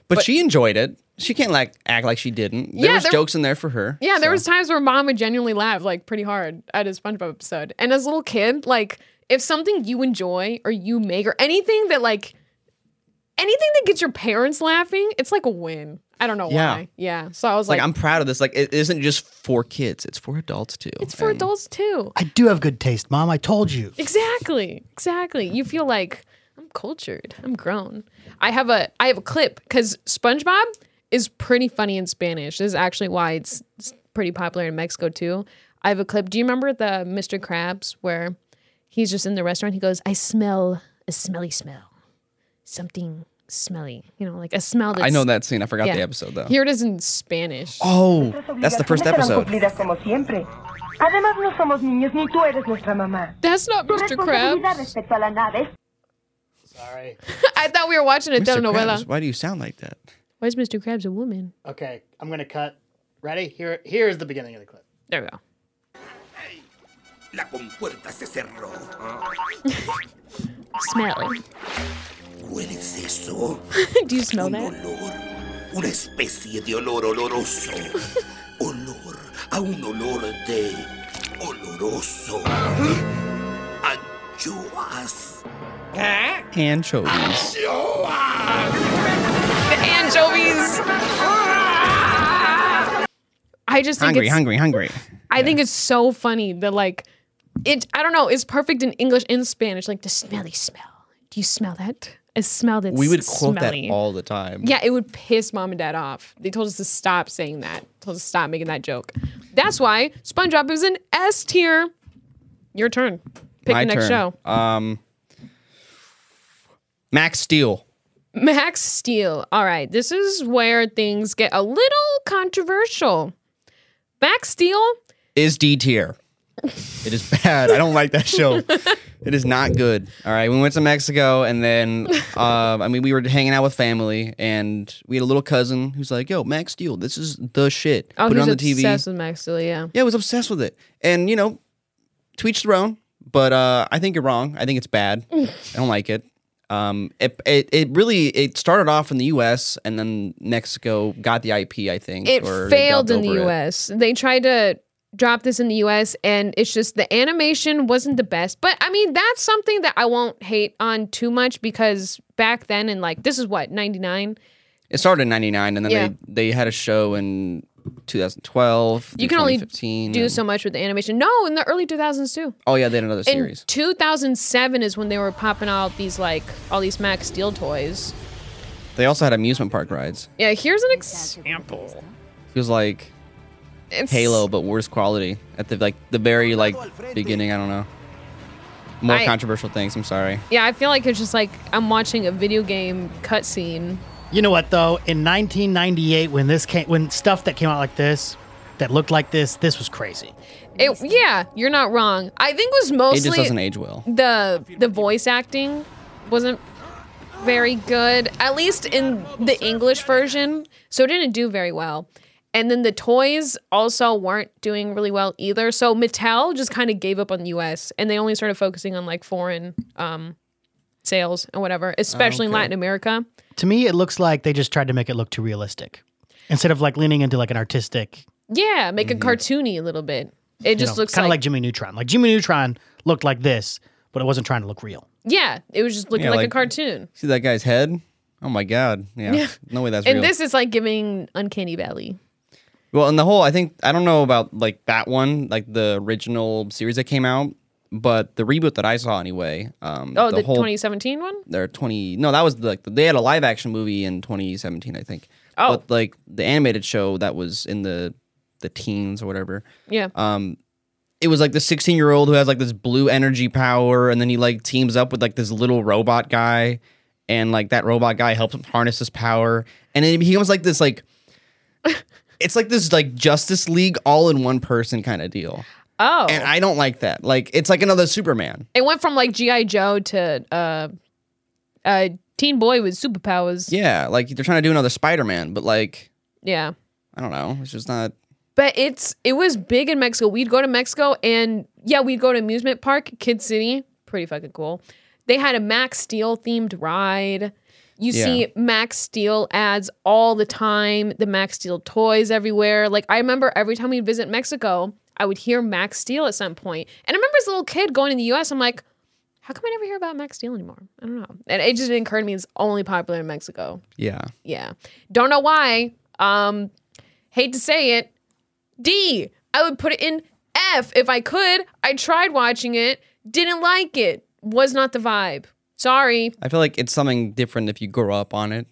Speaker 2: But, she enjoyed it. She can't like act like she didn't. There
Speaker 1: Yeah,
Speaker 2: was
Speaker 1: there-
Speaker 2: jokes in there for her.
Speaker 1: yeah there
Speaker 2: so.
Speaker 1: was times where mom would genuinely laugh like pretty hard at a spongebob episode and as a little kid like if something you enjoy or you make or anything that like anything that gets your parents laughing it's like a win i don't know
Speaker 2: Yeah.
Speaker 1: why yeah so i was
Speaker 2: like
Speaker 1: like
Speaker 2: I'm proud of this. Like it isn't just for kids; it's for adults too.
Speaker 1: it's for
Speaker 2: And
Speaker 1: adults too
Speaker 4: I do have good taste, Mom. I told you.
Speaker 1: Exactly. Exactly. You feel like I'm cultured. I'm grown. I have a I have a clip because SpongeBob is pretty funny in Spanish. This is actually why it's, it's pretty popular in Mexico too. I have a clip. Do you remember the Mr. Krabs where he's just in the restaurant? He goes, "I smell a smelly smell, something smelly." You know, like a smell. That's,
Speaker 2: I know that scene. I forgot
Speaker 1: yeah.
Speaker 2: the episode though.
Speaker 1: Here it is in Spanish.
Speaker 2: Oh, that's the first
Speaker 7: Obligaciones serán
Speaker 2: episode.
Speaker 7: cumplidas como siempre. Además, no somos niños ni tú eres nuestra mamá.
Speaker 1: That's not
Speaker 7: Tu
Speaker 1: Mr.
Speaker 7: responsabilidad
Speaker 1: Krabs.
Speaker 7: respecto a la nave es
Speaker 3: Sorry.
Speaker 1: I thought we were watching a
Speaker 2: Mr.
Speaker 1: telenovela.
Speaker 2: Krabs, why do you sound like that?
Speaker 1: Why is Mr. Krabs a woman?
Speaker 3: Okay, I'm gonna cut. Ready? Here, here is the beginning of the clip.
Speaker 1: There we go.
Speaker 8: La compuerta se cerró.
Speaker 1: Smell.
Speaker 8: ¿Hueles eso?
Speaker 1: Do you smell
Speaker 8: Un
Speaker 1: that?
Speaker 8: olor. Una especie de olor oloroso. Olor a un olor de oloroso. Anchoas.
Speaker 2: Anchovies.
Speaker 1: The anchovies. I just think
Speaker 2: Hungry,
Speaker 1: it's,
Speaker 2: hungry, hungry.
Speaker 1: I think it's so funny that like it I don't know, it's perfect in English and Spanish, like the smelly smell. Do you smell that? I smell that.
Speaker 2: We would quote
Speaker 1: smelly.
Speaker 2: that all the time.
Speaker 1: Yeah, it would piss mom and dad off. They told us to stop saying that. Told us to stop making that joke. That's why SpongeBob is an S tier. Your turn. Pick
Speaker 2: My
Speaker 1: the next
Speaker 2: turn.
Speaker 1: show.
Speaker 2: Um, Max Steel.
Speaker 1: Max Steel. All right, this is where things get a little controversial. Max Steel,
Speaker 2: is D tier. It is bad. I don't like that show. It is not good. All right, we went to Mexico, and then uh, I mean, we were hanging out with family, and we had a little cousin who's like, "Yo, Max Steel, this is the shit.
Speaker 1: oh,
Speaker 2: Put it
Speaker 1: he's
Speaker 2: on the TV."
Speaker 1: obsessed with Max Steel. Yeah,
Speaker 2: Yeah, I was obsessed with it, and you know, to each their own. But uh, I think you're wrong. I think it's bad. I don't like it. Um, it, it it really it started off in the U.S. and then Mexico got the IP, I think.
Speaker 1: It
Speaker 2: or they
Speaker 1: failed in
Speaker 2: dubbed
Speaker 1: the
Speaker 2: over it.
Speaker 1: US. They tried to drop this in the US and it's just the animation wasn't the best. But I mean, that's something that I won't hate on too much because back then in like this is what 99.
Speaker 2: It started in '99, and then
Speaker 1: Yeah.
Speaker 2: they they had a show in 2012.
Speaker 1: You can only
Speaker 2: 2015,
Speaker 1: do
Speaker 2: and-
Speaker 1: so much with the animation. No, in the early 2000s too.
Speaker 2: Oh yeah, they had another
Speaker 1: In
Speaker 2: series.
Speaker 1: 2007 is when they were popping out these like all these Max Steel toys.
Speaker 2: They also had amusement park rides.
Speaker 1: Yeah, here's an example.
Speaker 2: It was like
Speaker 1: It's
Speaker 2: Halo, but worse quality at the like the very like beginning. I don't know. More
Speaker 1: I-
Speaker 2: controversial things. I'm sorry.
Speaker 1: Yeah, I feel like it's just like I'm watching a video game cutscene.
Speaker 4: You know what though? In 1998, when this came, when stuff that came out like this, that looked like this, this was crazy.
Speaker 1: It yeah, you're not wrong. I think it was mostly
Speaker 2: It just doesn't age well.
Speaker 1: the the voice acting wasn't very good at least in the english version so it didn't do very well and then the toys also weren't doing really well either so mattel just kind of gave up on the us and they only started focusing on like foreign um sales and whatever especially in
Speaker 2: Oh, Okay.
Speaker 1: latin america
Speaker 4: To me, it looks like they just tried to make it look too realistic, instead of like leaning into like an artistic.
Speaker 1: yeah make
Speaker 2: Mm-hmm.
Speaker 1: it cartoony a little bit it
Speaker 4: you
Speaker 1: just
Speaker 4: know,
Speaker 1: looks
Speaker 4: kind of
Speaker 1: like,
Speaker 4: like Jimmy Neutron. Like Jimmy Neutron looked like this, but it wasn't trying to look real.
Speaker 1: yeah it was just looking
Speaker 2: Yeah,
Speaker 1: like, a
Speaker 2: like-
Speaker 1: cartoon
Speaker 2: See that guy's head? Oh my god. Yeah. No way that's
Speaker 1: and
Speaker 2: real.
Speaker 1: this is like giving uncanny valley
Speaker 2: well, and the whole I think I don't know about like that one, like the original series that came out, but the reboot that I saw anyway. Um,
Speaker 1: oh the,
Speaker 2: whole
Speaker 1: 2017 one
Speaker 2: or 20 no that was like they had a live action movie in 2017 i think
Speaker 1: Oh.
Speaker 2: but like the animated show that was in the the teens or whatever
Speaker 1: yeah
Speaker 2: um it was like the 16 year old who has like this blue energy power and then he like teams up with like this little robot guy and like that robot guy helps him harness his power and then he becomes like this like it's like this like justice league all in one person kind of deal
Speaker 1: oh
Speaker 2: and i don't like that like it's like another superman
Speaker 1: It went from like GI Joe to uh, uh, Teen Boy with superpowers.
Speaker 2: yeah like they're trying to do another spider-man but like
Speaker 1: Yeah.
Speaker 2: I don't know. It's just not.
Speaker 1: But it's it was big in Mexico. We'd go to Mexico and yeah, we'd go to amusement park, Kid City, pretty fucking cool. They had a Max Steel themed ride. You
Speaker 2: Yeah.
Speaker 1: see Max Steel ads all the time, the Max Steel toys everywhere. Like I remember every time we'd visit Mexico, I would hear Max Steel at some point. And I remember as a little kid going to the US, I'm like, how come I never hear about Max Steel anymore? I don't know. And it just occurred to me it's only popular in Mexico.
Speaker 2: Yeah.
Speaker 1: Yeah. Don't know why. Um, hate to say it. D. I would put it in F if I could. I tried watching it, didn't like it. Was not the vibe. Sorry.
Speaker 2: I feel like it's something different if you grow up on it.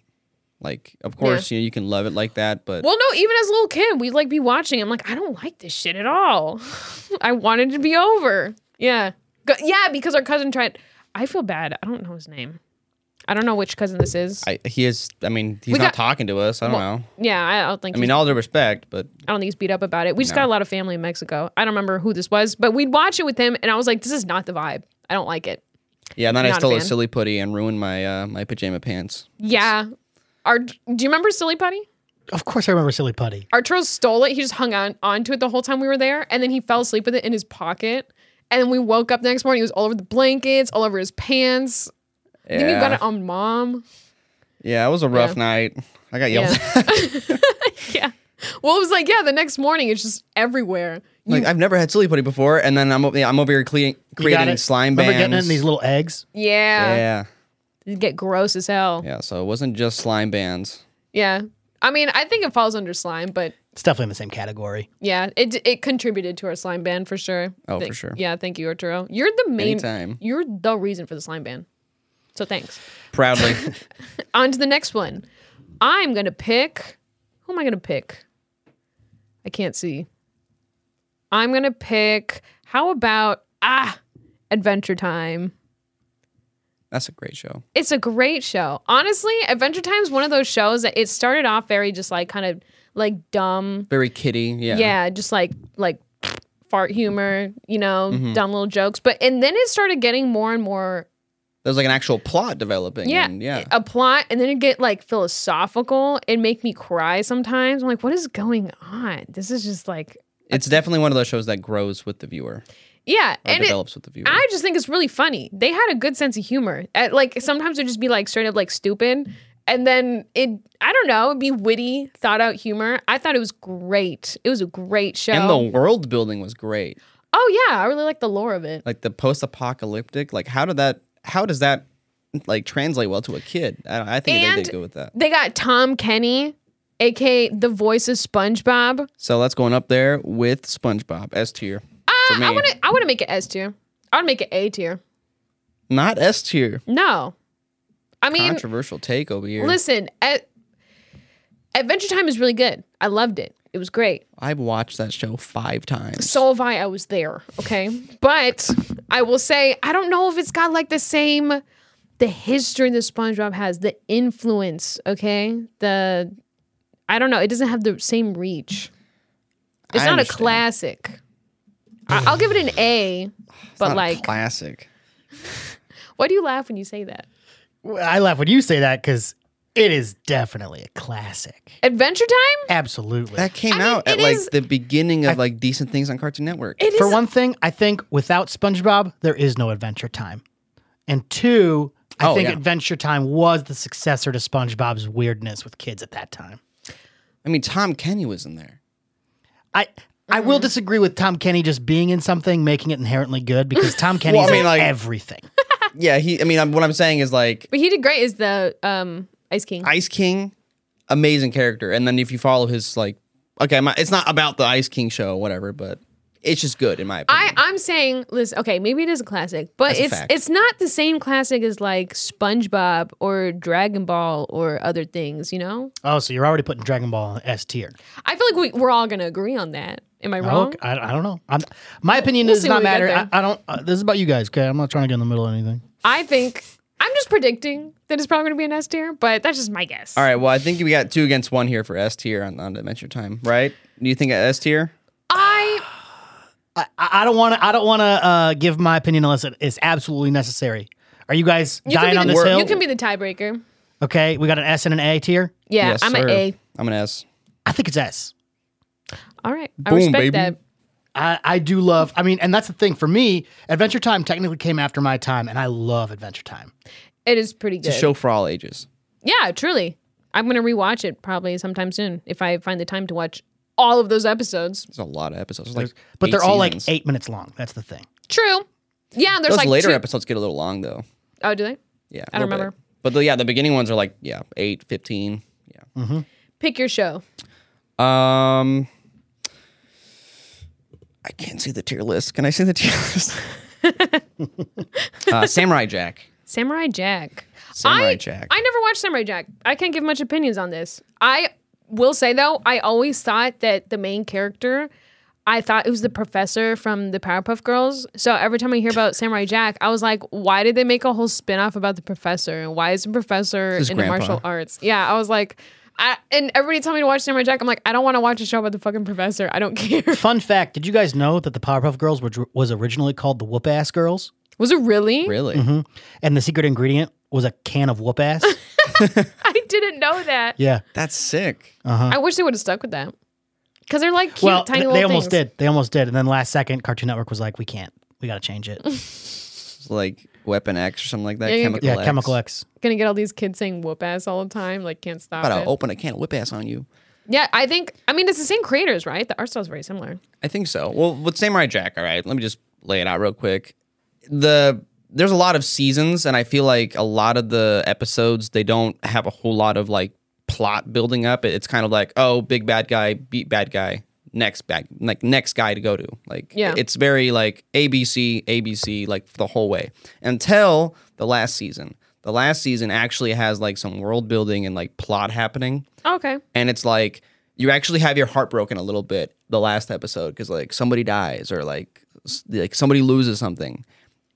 Speaker 2: Like, of course, you know, you can love it like that, but
Speaker 1: Well, no, even as a little kid, we'd like be watching. I'm like, I don't like this shit at all. I wanted to be over. Yeah. Go- yeah, because our cousin tried. I feel bad. I don't know his name. I don't know which cousin this is.
Speaker 2: I, he is. I mean, he's
Speaker 1: We
Speaker 2: not
Speaker 1: got-
Speaker 2: talking to us. I don't know.
Speaker 1: yeah, I don't think
Speaker 2: I mean, all due respect, but
Speaker 1: I don't think he's beat up about it. We just got a lot of family in Mexico. I don't remember who this was, but we'd watch it with him, and I was like, this is not the vibe. I don't like it.
Speaker 2: yeah. And then I
Speaker 1: Not a
Speaker 2: stole a
Speaker 1: fan.
Speaker 2: silly putty and ruined my uh, my pajama pants.
Speaker 1: Yeah. Our, do you remember Silly Putty?
Speaker 4: Of course, I remember Silly Putty.
Speaker 1: Arturo stole it. He just hung on onto it the whole time we were there, and then he fell asleep with it in his pocket. And then we woke up the next morning. He was all over the blankets, all over his pants. I think we got
Speaker 2: Yeah.
Speaker 1: it on um, mom.
Speaker 2: yeah, it was a rough
Speaker 1: Yeah.
Speaker 2: night. I got yelled.
Speaker 1: Yeah.
Speaker 2: at.
Speaker 1: Yeah. Well, it was like, yeah, the next morning, it's just everywhere.
Speaker 2: like, I've never had silly putty before, and then I'm o- yeah, I'm over here cle-
Speaker 4: You got
Speaker 2: creating
Speaker 4: it?
Speaker 2: slime
Speaker 4: Remember
Speaker 2: bands.
Speaker 4: getting it in these little eggs?
Speaker 1: Yeah.
Speaker 2: yeah,
Speaker 1: It'd get gross as hell.
Speaker 2: yeah. So it wasn't just slime bands.
Speaker 1: yeah. I mean, I think it falls under slime, but
Speaker 4: It's definitely in the same category.
Speaker 1: Yeah, it it contributed to our slime ban for sure.
Speaker 2: Oh,
Speaker 1: Th-
Speaker 2: for sure.
Speaker 1: Yeah, thank you, Arturo. You're the main.
Speaker 2: Anytime.
Speaker 1: You're the reason for the slime ban. So thanks.
Speaker 2: Proudly,
Speaker 1: On to the next one. I'm gonna pick. Who am I gonna pick? I can't see. I'm gonna pick. How about ah, Adventure Time.
Speaker 2: that's a great show.
Speaker 1: It's a great show. Honestly, Adventure Time is one of those shows that it started off very just like kind of like dumb
Speaker 2: Very kitty. Yeah.
Speaker 1: yeah just like like fart humor you know
Speaker 2: Mm-hmm.
Speaker 1: dumb little jokes but and then it started getting more and more
Speaker 2: There's like an actual plot developing.
Speaker 1: yeah Uh,
Speaker 2: and yeah.
Speaker 1: a plot and then it get like philosophical and make me cry sometimes i'm like what is going on this is just like
Speaker 2: It's definitely one of those shows that grows with the viewer.
Speaker 1: Yeah,
Speaker 2: Or
Speaker 1: and it,
Speaker 2: develops with the viewer.
Speaker 1: I just think it's really funny. They had a good sense of humor. At, like sometimes it'd just be like straight up like stupid, and then it I don't know, it'd be witty, thought out humor. I thought it was great. It was a great show.
Speaker 2: and the world building was great.
Speaker 1: oh yeah, I really like the lore of it.
Speaker 2: Like the post apocalyptic. Like how did that? How does that like translate well to a kid? I, I think they
Speaker 1: And-
Speaker 2: did good with that.
Speaker 1: They got Tom Kenny, aka the voice of SpongeBob.
Speaker 2: So that's going up there with SpongeBob S tier for
Speaker 1: Uh,
Speaker 2: me.
Speaker 1: I want to I want to make it S tier. I would make it A tier.
Speaker 2: Not S tier.
Speaker 1: No, I mean
Speaker 2: Controversial take over here.
Speaker 1: listen, A- Adventure Time is really good. I loved it. It was great.
Speaker 2: I've watched that show five times.
Speaker 1: So have I. I was there. Okay. But I will say, I don't know if it's got like the same, the history that SpongeBob has, the influence. Okay. The, I don't know. It doesn't have the same reach. It's not
Speaker 2: I
Speaker 1: a
Speaker 2: understand.
Speaker 1: classic. I- I'll give it an A, but
Speaker 2: Not a
Speaker 1: like,
Speaker 2: classic.
Speaker 1: why do you laugh when you say that?
Speaker 4: I laugh when you say that because it is definitely a classic.
Speaker 1: Adventure Time?
Speaker 4: Absolutely.
Speaker 2: That came
Speaker 1: I mean,
Speaker 2: out at
Speaker 1: it
Speaker 2: like
Speaker 1: is-
Speaker 2: the beginning of
Speaker 4: I-
Speaker 2: like decent things on Cartoon Network.
Speaker 1: It is.
Speaker 4: For one thing, I think without SpongeBob, there is no Adventure Time. And two, I
Speaker 2: Oh,
Speaker 4: think
Speaker 2: yeah.
Speaker 4: Adventure Time was the successor to SpongeBob's weirdness with kids at that time.
Speaker 2: I mean, Tom Kenny was in there.
Speaker 4: I I
Speaker 1: Mm-hmm.
Speaker 4: will disagree with Tom Kenny just being in something, making it inherently good because Tom Kenny
Speaker 2: Well, I
Speaker 4: is
Speaker 2: mean,
Speaker 4: in
Speaker 2: like-
Speaker 4: everything.
Speaker 2: Yeah, he. I mean, I'm, what I'm saying is like
Speaker 1: but he did great as the um, Ice King.
Speaker 2: Ice King, amazing character. And then if you follow his like, okay, my, it's not about the Ice King show, whatever, but it's just good in my
Speaker 1: I,
Speaker 2: opinion.
Speaker 1: I'm saying, listen, okay, maybe it is a classic, but
Speaker 2: That's a
Speaker 1: it's
Speaker 2: fact.
Speaker 1: it's not the same classic as like SpongeBob or Dragon Ball or other things, you know?
Speaker 4: Oh, so you're already putting Dragon Ball in S tier.
Speaker 1: I feel like we, we're all going to agree on that. Am I wrong?
Speaker 4: Oh, Okay, I, I don't know. I'm, my opinion
Speaker 1: We'll
Speaker 4: does
Speaker 1: see
Speaker 4: not
Speaker 1: when we get
Speaker 4: matter. I,
Speaker 1: there.
Speaker 4: I don't. Uh, this is about you guys. Okay, I'm not trying to get in the middle of anything.
Speaker 1: I think, I'm just predicting that it's probably going to be an S tier, but that's just my guess.
Speaker 2: All right, well, I think we got two against one here for S tier on, on Adventure Time, right? Do you think S tier?
Speaker 1: I,
Speaker 4: I, I don't want to. I don't want to uh, give my opinion unless it is absolutely necessary. Are you guys
Speaker 1: you
Speaker 4: dying
Speaker 1: can,
Speaker 4: on
Speaker 1: be
Speaker 4: this
Speaker 1: the,
Speaker 4: hill?
Speaker 1: you can be the tiebreaker.
Speaker 4: okay, we got an S and an A tier.
Speaker 1: Yeah,
Speaker 2: Yes,
Speaker 1: I'm
Speaker 2: sir.
Speaker 1: an A.
Speaker 2: I'm an S.
Speaker 4: I think it's S.
Speaker 1: All right. I
Speaker 2: Boom,
Speaker 1: respect
Speaker 2: baby.
Speaker 1: that.
Speaker 4: I, I do love. I mean, and that's the thing for me. Adventure Time technically came after my time, and I love Adventure Time.
Speaker 1: It is pretty
Speaker 2: It's
Speaker 1: good.
Speaker 2: a show for all ages.
Speaker 1: Yeah, truly. I'm going to rewatch it probably sometime soon if I find the time to watch all of those episodes.
Speaker 2: There's a lot of episodes. There's like
Speaker 4: But
Speaker 2: eight
Speaker 4: they're all
Speaker 2: seasons.
Speaker 4: like eight minutes long. That's the thing.
Speaker 1: True. Yeah, there's
Speaker 2: Those
Speaker 1: like
Speaker 2: later
Speaker 1: two-
Speaker 2: episodes get a little long though.
Speaker 1: Oh, do they?
Speaker 2: Yeah,
Speaker 1: I
Speaker 2: a
Speaker 1: don't
Speaker 2: little bit.
Speaker 1: remember.
Speaker 2: But the, yeah, the beginning ones are like yeah, 8, 15. Yeah.
Speaker 1: Pick your show.
Speaker 2: Um I can't see the tier list. Can I see the tier list? uh, Samurai Jack.
Speaker 1: Samurai Jack.
Speaker 2: Samurai
Speaker 1: I,
Speaker 2: Jack.
Speaker 1: I never watched Samurai Jack. I can't give much opinions on this. I will say though, I always thought that the main character, I thought it was the professor from the Powerpuff Girls. So every time I hear about Samurai Jack, I was like, why did they make a whole spin-off about the professor? And why is the professor
Speaker 2: His
Speaker 1: in
Speaker 2: grandpa.
Speaker 1: martial arts? Yeah, I was like, I, and everybody told me to watch Samurai Jack. I'm like, I don't want to watch a show about the fucking professor. I don't care.
Speaker 4: Fun fact: Did you guys know that the Powerpuff Girls were, was originally called the Whoop Ass Girls,
Speaker 1: Was it really?
Speaker 2: Really?
Speaker 4: Mm-hmm. and the secret ingredient was a can of Whoop Ass?
Speaker 1: I didn't know that.
Speaker 4: yeah.
Speaker 2: That's sick.
Speaker 1: I wish they would have stuck with that. Because they're like cute,
Speaker 4: well,
Speaker 1: tiny
Speaker 4: th-
Speaker 1: little
Speaker 4: they almost
Speaker 1: things.
Speaker 4: did. They almost did, and then last second, Cartoon Network was like, "We can't. We got to change it."
Speaker 2: It's like Weapon X or something like that.
Speaker 1: Yeah, yeah,
Speaker 2: chemical
Speaker 4: yeah,
Speaker 2: X.
Speaker 4: Chemical X.
Speaker 1: gonna get all these kids saying whoop ass all the time. Like can't stop
Speaker 2: About
Speaker 1: it.
Speaker 2: to open a can of whip ass on you.
Speaker 1: yeah, I think. I mean, it's the same creators, right? The art style's very similar.
Speaker 2: I think so. Well, with Samurai Jack, all right, let me just lay it out real quick. The there's a lot of seasons, and I feel like a lot of the episodes they don't have a whole lot of like plot building up. It- It's kind of like oh, big bad guy beat bad guy, next bad like next guy to go to. Like
Speaker 1: Yeah.
Speaker 2: it's very like ABC ABC like the whole way until the last season. The last season actually has like some world building and like plot happening
Speaker 1: Okay.
Speaker 2: and it's like you actually have your heart broken a little bit the last episode because like somebody dies or like s- like somebody loses something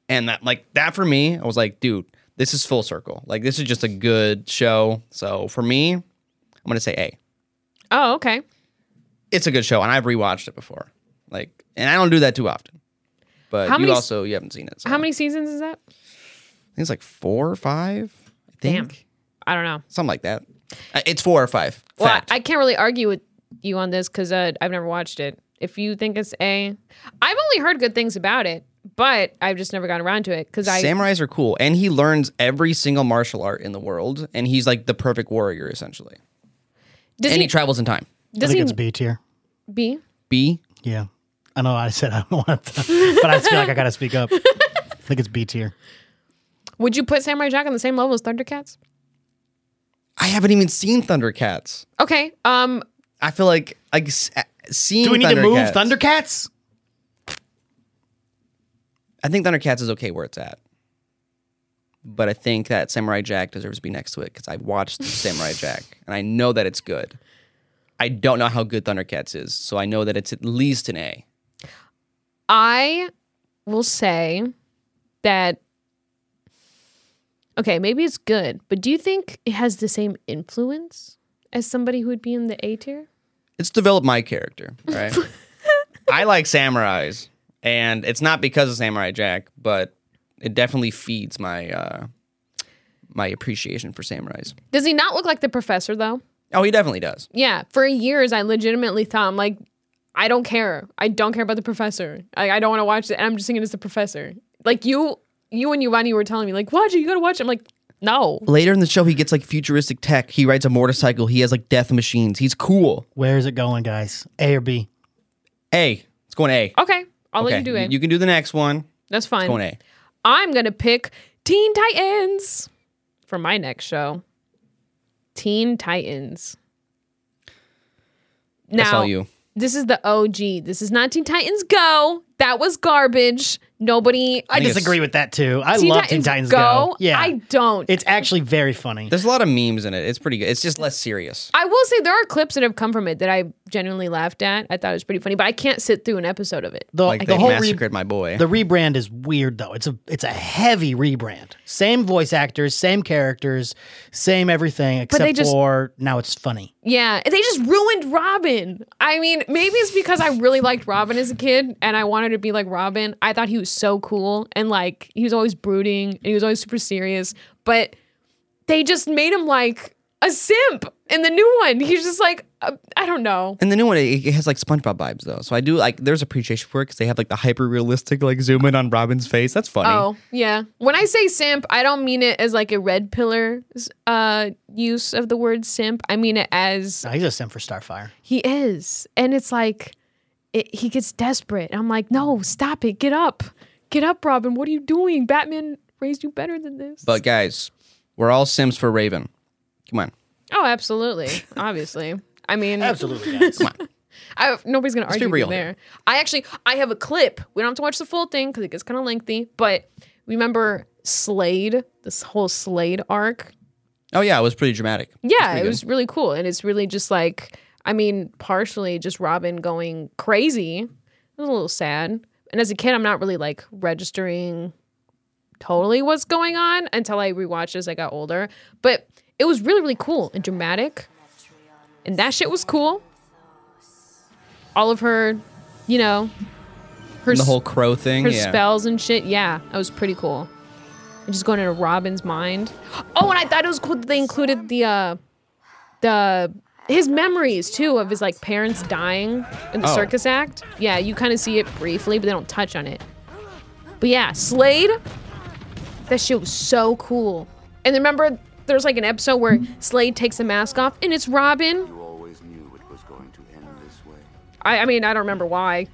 Speaker 2: and that like that for me i was like dude this is full circle like this is just a good show so for me i'm gonna say a
Speaker 1: Oh, okay.
Speaker 2: it's a good show and i've rewatched it before like and i don't do that too often but
Speaker 1: How
Speaker 2: you
Speaker 1: many s-
Speaker 2: also you haven't seen it so.
Speaker 1: How many seasons is that?
Speaker 2: i think it's like four or five i think
Speaker 1: Damn. I don't know.
Speaker 2: something like that Uh, it's four or five
Speaker 1: Well,
Speaker 2: fact
Speaker 1: I, I can't really argue with you on this because uh, I've never watched it. If you think it's A, I've only heard good things about it, but I've just never gotten around to it because I
Speaker 2: Samurais are cool, and he learns every single martial art in the world, and he's like the perfect warrior essentially.
Speaker 1: does
Speaker 2: and
Speaker 1: he,
Speaker 2: he travels in time.
Speaker 4: I
Speaker 1: does
Speaker 4: think
Speaker 1: he
Speaker 4: it's B tier.
Speaker 1: be
Speaker 2: B.
Speaker 4: Yeah. I know I said I don't want to, but I just feel like I got to speak up. I think it's B tier.
Speaker 1: Would you put Samurai Jack on the same level as Thundercats?
Speaker 2: I haven't even seen Thundercats.
Speaker 1: Okay. Um.
Speaker 2: I feel like like s- uh, seeing.
Speaker 4: Do we need to move
Speaker 2: Thundercats-
Speaker 4: Thundercats?
Speaker 2: I think Thundercats is okay where it's at. But I think that Samurai Jack deserves to be next to it because I watched Samurai Jack and I know that it's good. I don't know how good Thundercats is, so I know that it's at least an A.
Speaker 1: I will say that. Okay, maybe it's good, but do you think it has the same influence as somebody who would be in the A tier?
Speaker 2: It's developed my character, right? I like samurais, and it's not because of Samurai Jack, but it definitely feeds my uh, my appreciation for samurais.
Speaker 1: Does he not look like the professor though?
Speaker 2: Oh, he definitely does.
Speaker 1: Yeah. For years, I legitimately thought I'm like, I don't care. I don't care about the professor. I, I don't want to watch it. And I'm just thinking it's the professor. Like you, you and Yuvani were telling me like, watch it. You gotta watch it. I'm like, no.
Speaker 2: Later in the show, he gets like futuristic tech. He rides a motorcycle. He has like death machines. He's cool.
Speaker 4: Where is it going, guys? A or B?
Speaker 2: A. It's going A.
Speaker 1: Okay, I'll let you do
Speaker 2: y-
Speaker 1: it.
Speaker 2: You can do the next one.
Speaker 1: That's fine.
Speaker 2: Going A.
Speaker 1: I'm gonna pick Teen Titans for my next show. Teen Titans. Now,
Speaker 2: That's all you.
Speaker 1: this is the OG. This is not Teen Titans Go. That was garbage. Nobody.
Speaker 4: I
Speaker 2: think it's-
Speaker 4: disagree with that too. I
Speaker 1: Teen
Speaker 4: love
Speaker 1: Titans
Speaker 4: Teen Titans
Speaker 1: Go.
Speaker 4: Go. Yeah,
Speaker 1: I don't.
Speaker 4: it's actually very funny.
Speaker 2: There's a lot of memes in it. It's pretty good. It's just less serious.
Speaker 1: I will say there are clips that have come from it that I genuinely laughed at. I thought it was pretty funny, but I can't sit through an episode of it.
Speaker 4: The,
Speaker 2: Like
Speaker 4: the
Speaker 2: they
Speaker 4: whole re-
Speaker 2: massacred my boy.
Speaker 4: the rebrand is weird though. It's a it's a heavy rebrand. Same voice actors, same characters, same everything except
Speaker 1: they just-
Speaker 4: for now it's funny.
Speaker 1: Yeah, they just ruined Robin. I mean, maybe it's because I really liked Robin as a kid and I wanted to be like Robin. I thought he was so cool and like he was always brooding and he was always super serious, but they just made him like a simp in the new one. He's just like, uh, I don't know.
Speaker 2: and the new one, it it has like SpongeBob vibes though. So I do like. There's appreciation for it because they have like the hyper realistic like zoom in on Robin's face. That's funny.
Speaker 1: Oh, yeah. When I say simp, I don't mean it as like a red pillar uh, use of the word simp. I mean it as
Speaker 4: No, he's a simp for Starfire.
Speaker 1: He is. And it's like, it, he gets desperate. I'm like, no, stop it. Get up. Get up, Robin. What are you doing? Batman raised you better than this.
Speaker 2: But guys, we're all Sims for Raven. Come on.
Speaker 1: oh, absolutely. Obviously. I mean,
Speaker 4: Absolutely, guys.
Speaker 1: I, nobody's going to
Speaker 2: be
Speaker 1: argue
Speaker 2: real
Speaker 1: real there. I actually, I have a clip. We don't have to watch the full thing because it gets kind of lengthy. But remember Slade, this whole Slade arc?
Speaker 2: Oh yeah, it was pretty dramatic.
Speaker 1: Yeah,
Speaker 2: pretty
Speaker 1: it
Speaker 2: good.
Speaker 1: was really cool. And it's really just like, I mean, partially just Robin going crazy. It was a little sad. And as a kid, I'm not really like registering totally what's going on until I rewatched as I got older. But it was really, really cool and dramatic. And that shit was cool. All of her, you know, her,
Speaker 2: And the
Speaker 1: s-
Speaker 2: whole crow thing.
Speaker 1: her
Speaker 2: yeah.
Speaker 1: spells and shit. Yeah, that was pretty cool. And just going into Robin's mind. Oh, and I thought it was cool that they included the uh the his memories too of his like parents dying in the
Speaker 2: Oh.
Speaker 1: circus act. Yeah, you kind of see it briefly, but they don't touch on it. But yeah, Slade. That shit was so cool. And remember there's like an episode where Slade takes the mask off and it's Robin.
Speaker 9: always knew it was going to end this way.
Speaker 1: I, I mean, I don't remember why.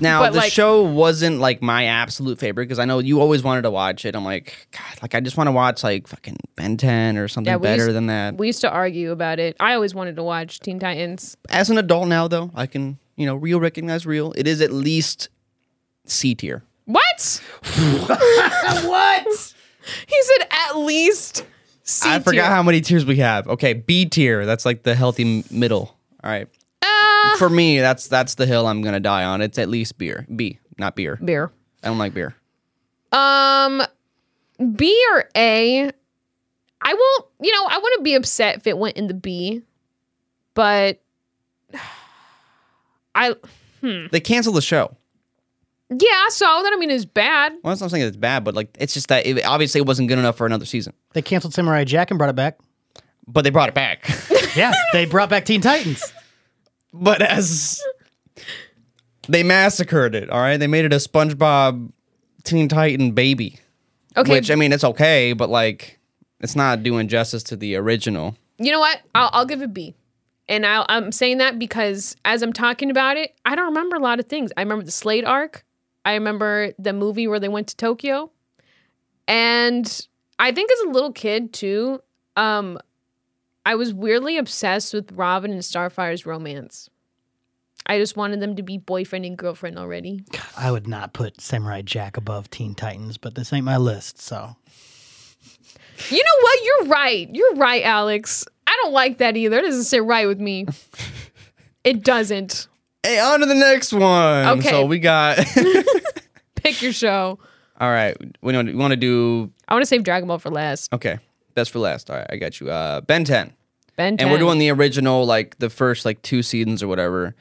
Speaker 2: Now
Speaker 1: But,
Speaker 2: the
Speaker 1: like-
Speaker 2: show wasn't like my absolute favorite because I know you always wanted to watch it. I'm like, God, like I just want to watch like fucking Ben 10 or something
Speaker 1: Yeah, we
Speaker 2: better
Speaker 1: used-
Speaker 2: than that.
Speaker 1: We used to argue about it. I always wanted to watch Teen Titans.
Speaker 2: As an adult now, though, I can you know real recognize real. It is at least C tier.
Speaker 1: What?
Speaker 4: what?
Speaker 1: He said at least C
Speaker 2: I
Speaker 1: tier.
Speaker 2: forgot how many tiers we have. Okay, B tier. That's like the healthy m- middle. All right.
Speaker 1: Ah.
Speaker 2: For me, that's that's the hill I'm gonna die on. It's at least beer. B, not beer.
Speaker 1: beer.
Speaker 2: I don't like beer.
Speaker 1: Um, B or A? I won't. You know, I wouldn't be upset if it went in the B, but I
Speaker 2: They canceled the show.
Speaker 1: yeah. So that I mean is bad.
Speaker 2: Well, that's not saying that it's bad, but like it's just that it obviously it wasn't good enough for another season.
Speaker 4: They canceled Samurai Jack and brought it back.
Speaker 2: But they brought it back.
Speaker 4: Yeah, they brought back Teen Titans.
Speaker 2: but as They massacred it. All right, they made it a SpongeBob Teen Titan baby,
Speaker 1: Okay,
Speaker 2: which I mean, it's okay, but like, it's not doing justice to the original.
Speaker 1: you know what? I'll, I'll give it B. And I'll, I'm saying that because as I'm talking about it, I don't remember a lot of things. I remember the Slade arc. I remember the movie where they went to Tokyo. And I think as a little kid too, um, I was weirdly obsessed with Robin and Starfire's romance. I just wanted them to be boyfriend and girlfriend already.
Speaker 4: I would not put Samurai Jack above Teen Titans, but this ain't my list, so
Speaker 1: You know what? You're right. You're right, Alex. I don't like that either. It doesn't sit right with me. It doesn't.
Speaker 2: Hey, on to the next one.
Speaker 1: Okay.
Speaker 2: So we got.
Speaker 1: Pick your show.
Speaker 2: all right, we don't- we want to do
Speaker 1: I want to save Dragon Ball for last.
Speaker 2: okay. Best for last. All right, I got you. Uh, Ben Ten.
Speaker 1: Ben 10.
Speaker 2: and we're doing the original like the first like two seasons or whatever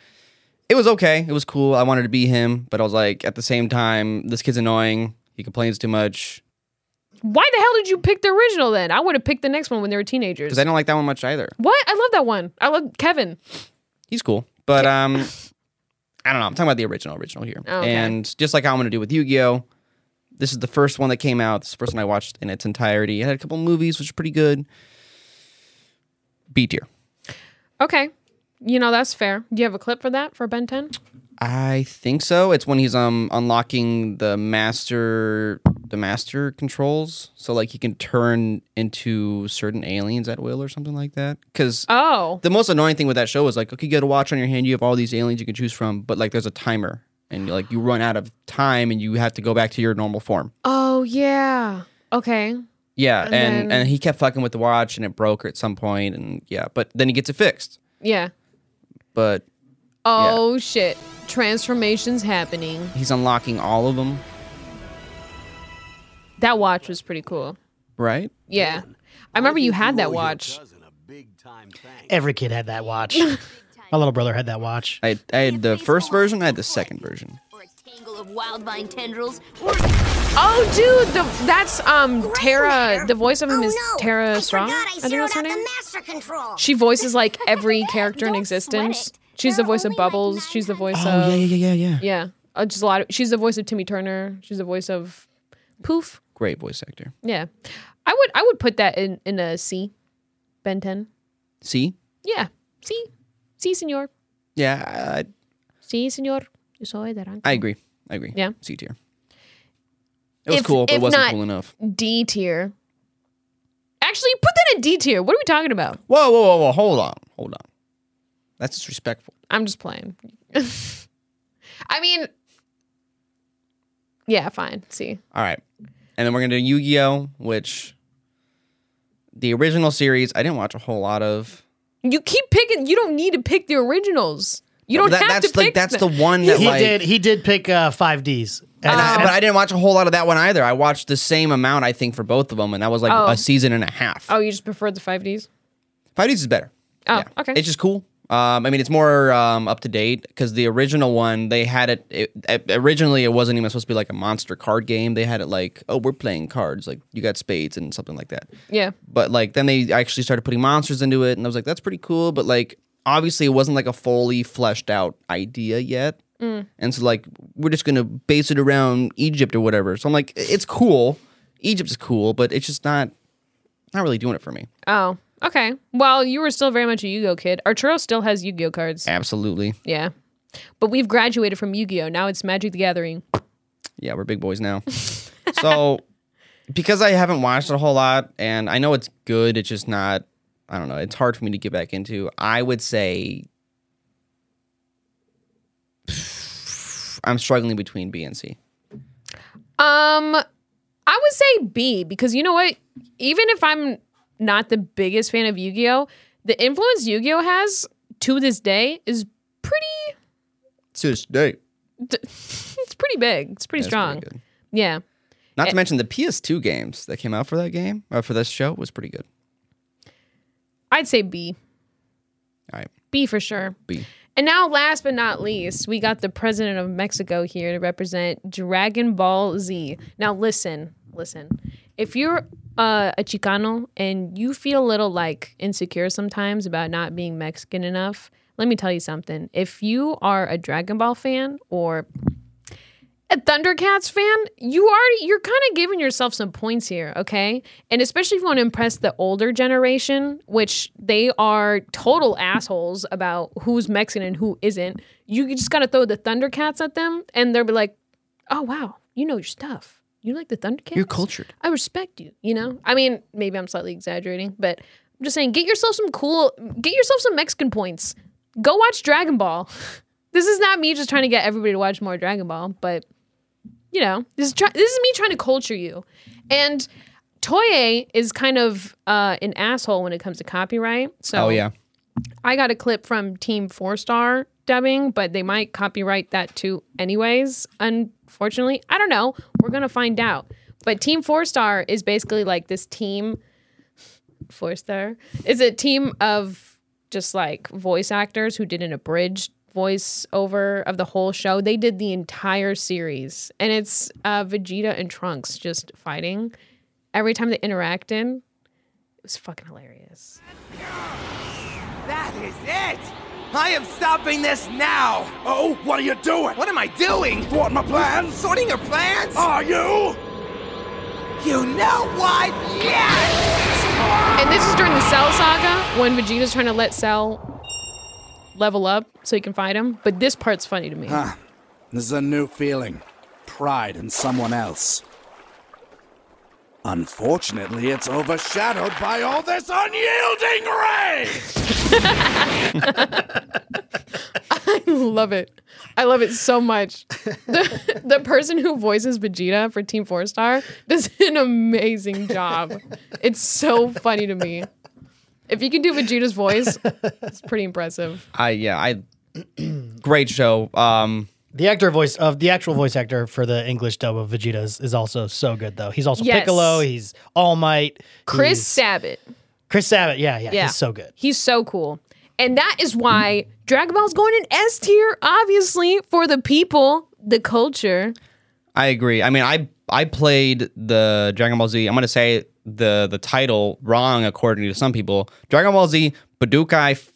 Speaker 2: it was okay it was cool i wanted to be him but i was like at the same time this kid's annoying he complains too much
Speaker 1: Why the hell did you pick the original then? I would have picked the next one when they were teenagers.
Speaker 2: because i don't like that one much either
Speaker 1: what? I love that one. I love Kevin.
Speaker 2: he's cool but um i don't know i'm talking about the original original here
Speaker 1: Oh, okay.
Speaker 2: and just like how i'm gonna do with yu-gi-oh this is the first one that came out this is the first one i watched in its entirety it had a couple movies which are pretty good b tier
Speaker 1: Okay. You know, that's fair. Do you have a clip for that for Ben 10?
Speaker 2: I think so. It's when he's um unlocking the master the master controls. So like he can turn into certain aliens at will or something like that. Cuz
Speaker 1: Oh.
Speaker 2: the most annoying thing with that show is like okay, you get a watch on your hand, you have all these aliens you can choose from, but like there's a timer and like you run out of time and you have to go back to your normal form.
Speaker 1: Oh, yeah. Okay.
Speaker 2: Yeah, and and,
Speaker 1: then-
Speaker 2: he kept fucking with the watch and it broke at some point and yeah, but then he gets it fixed.
Speaker 1: Yeah.
Speaker 2: But
Speaker 1: Oh, shit. Transformations happening.
Speaker 2: he's unlocking all of them,
Speaker 1: That watch was pretty cool.
Speaker 2: right?
Speaker 1: Yeah. I remember you had that watch.
Speaker 4: every kid had that watch. my little brother had that watch.
Speaker 2: I I had the first version, I had the second version.
Speaker 6: Or a tangle of wild vine tendrils. Or
Speaker 1: Oh, dude. The, that's um Tara. The voice of him is
Speaker 6: oh, no.
Speaker 1: Tara
Speaker 6: I
Speaker 1: Strong.
Speaker 6: forgot
Speaker 1: I
Speaker 6: I
Speaker 1: think that's her
Speaker 6: zeroed out
Speaker 1: name.
Speaker 6: the master control.
Speaker 1: She voices like every character in
Speaker 6: Don't
Speaker 1: existence.
Speaker 6: sweat it.
Speaker 1: She's
Speaker 6: There
Speaker 1: the
Speaker 6: are
Speaker 1: voice of
Speaker 6: only, like,
Speaker 1: Bubbles. She's the voice
Speaker 2: Oh
Speaker 1: of
Speaker 2: yeah, yeah, yeah, yeah, yeah.
Speaker 1: yeah. Uh, just a lot of. She's the voice of Timmy Turner. She's the voice of Poof.
Speaker 2: Great voice actor.
Speaker 1: Yeah, I would I would put that in in a C, Ben Ten.
Speaker 2: See?
Speaker 1: Yeah, C, C Senor,
Speaker 2: Yeah,
Speaker 1: C Senor. Yo soy de Rancho.
Speaker 2: I, I agree. I agree.
Speaker 1: Yeah.
Speaker 2: C tier. It was
Speaker 1: If-
Speaker 2: cool, but
Speaker 1: if
Speaker 2: it wasn't
Speaker 1: not-
Speaker 2: cool enough.
Speaker 1: D tier. Actually, put that in D tier. What are we talking about?
Speaker 2: Whoa, whoa, whoa, whoa! Hold on, hold on. That's disrespectful.
Speaker 1: I'm just playing. I mean, yeah, fine. C.
Speaker 2: All right, and then we're gonna do Yu-Gi-Oh, which the original series I didn't watch a whole lot of.
Speaker 1: You keep picking. You don't need to pick the originals. You don't
Speaker 2: That-
Speaker 1: have
Speaker 2: that's
Speaker 1: to
Speaker 2: like
Speaker 1: pick.
Speaker 2: that's the
Speaker 1: them.
Speaker 2: one that
Speaker 4: he
Speaker 2: like.
Speaker 4: did he did pick uh, five Ds. And-
Speaker 2: and
Speaker 1: Uh,
Speaker 2: I- but I didn't watch a whole lot of that one either. I watched the same amount, I think, for both of them, and that was like
Speaker 1: Oh.
Speaker 2: a season and a half.
Speaker 1: Oh, you just preferred the five Ds.
Speaker 2: Five Ds is better.
Speaker 1: Oh, okay.
Speaker 2: It's just cool. Um, I mean, it's more um, up to date because the original one they had it, it, it- Originally, it wasn't even supposed to be like a monster card game. They had it like, oh, we're playing cards. Like you got spades and something like that.
Speaker 1: yeah.
Speaker 2: But like then they actually started putting monsters into it, and I was like, that's pretty cool. But like obviously, it wasn't like a fully fleshed out idea yet.
Speaker 1: Mm.
Speaker 2: And so like we're just gonna base it around Egypt or whatever. So I'm like, it's cool. Egypt's cool, but it's just not not really doing it for me.
Speaker 1: Oh, okay. Well, you were still very much a Yu-Gi-Oh kid. Arturo still has Yu-Gi-Oh cards.
Speaker 2: Absolutely.
Speaker 1: Yeah. But we've graduated from Yu-Gi-Oh. Now it's Magic the Gathering.
Speaker 2: Yeah, we're big boys now. so, because I haven't watched it a whole lot, and I know it's good, it's just not. I don't know. It's hard for me to get back into. I would say I'm struggling between B and C.
Speaker 1: Um, I would say B because you know what? Even if I'm not the biggest fan of Yu-Gi-Oh, the influence Yu-Gi-Oh has to this day is pretty.
Speaker 2: Just day.
Speaker 1: It's pretty big. It's pretty strong. yeah.
Speaker 2: Not to mention the PS2 games that came out for that game or for this show was pretty good.
Speaker 1: I'd say B.
Speaker 2: All right,
Speaker 1: B for sure.
Speaker 2: B.
Speaker 1: And now, last but not least, we got the president of Mexico here to represent Dragon Ball Z. Now, listen, listen. If you're uh, a Chicano and you feel a little like insecure sometimes about not being Mexican enough, let me tell you something. If you are a Dragon Ball fan or a Thundercats fan, you already you're kind of giving yourself some points here, okay? And especially if you want to impress the older generation, which they are total assholes about who's Mexican and who isn't. You just gotta throw the Thundercats at them, and they'll be like, "Oh wow, you know your stuff. You like the Thundercats?
Speaker 2: You're cultured.
Speaker 1: I respect you. You know, I mean, maybe I'm slightly exaggerating, but I'm just saying, get yourself some cool, get yourself some Mexican points. Go watch Dragon Ball. This is not me just trying to get everybody to watch more Dragon Ball, but you know, this is try- this is me trying to culture you. And Toye is kind of uh, an asshole when it comes to copyright. So
Speaker 2: Oh yeah.
Speaker 1: I got a clip from Team Four Star dubbing, but they might copyright that too, anyways. Unfortunately, I don't know. We're gonna find out. But Team Four Star is basically like this team. Four Star is a team of just like voice actors who did an abridged voiceover of the whole show. They did the entire series, and it's uh, Vegeta and Trunks just fighting every time they interacted. It was fucking hilarious.
Speaker 10: That is it! I am stopping this now!
Speaker 8: Oh, what are you doing?
Speaker 10: What am I doing?
Speaker 8: Thwarting my plans?
Speaker 10: Sorting your plans?
Speaker 8: Are you?
Speaker 10: You know what? Yes!
Speaker 1: And this is during the Cell saga when Vegeta's trying to let Cell level up so he can fight him. But this part's funny to me.
Speaker 8: There's a new feeling pride in someone else. Unfortunately, it's overshadowed by all this unyielding rage!
Speaker 1: I love it. I love it so much. The, the person who voices Vegeta for Team Four Star does an amazing job. It's so funny to me. If you can do Vegeta's voice, it's pretty impressive.
Speaker 2: I yeah. I great show. Um,
Speaker 4: The actor voice of the actual voice actor for the English dub of Vegeta is, is also so good though. He's also
Speaker 1: Yes.
Speaker 4: Piccolo. He's All Might.
Speaker 1: Chris
Speaker 4: he's-
Speaker 1: Sabat.
Speaker 4: Chris Sabat. Yeah, yeah,
Speaker 1: Yeah.
Speaker 4: He's so good.
Speaker 1: He's so cool. And that is why Dragon Ball's going in S tier, obviously, for the people, the culture.
Speaker 2: I agree. I mean, I I played the Dragon Ball Z. I'm gonna say the the title wrong according to some people. Dragon Ball Z Budokai f-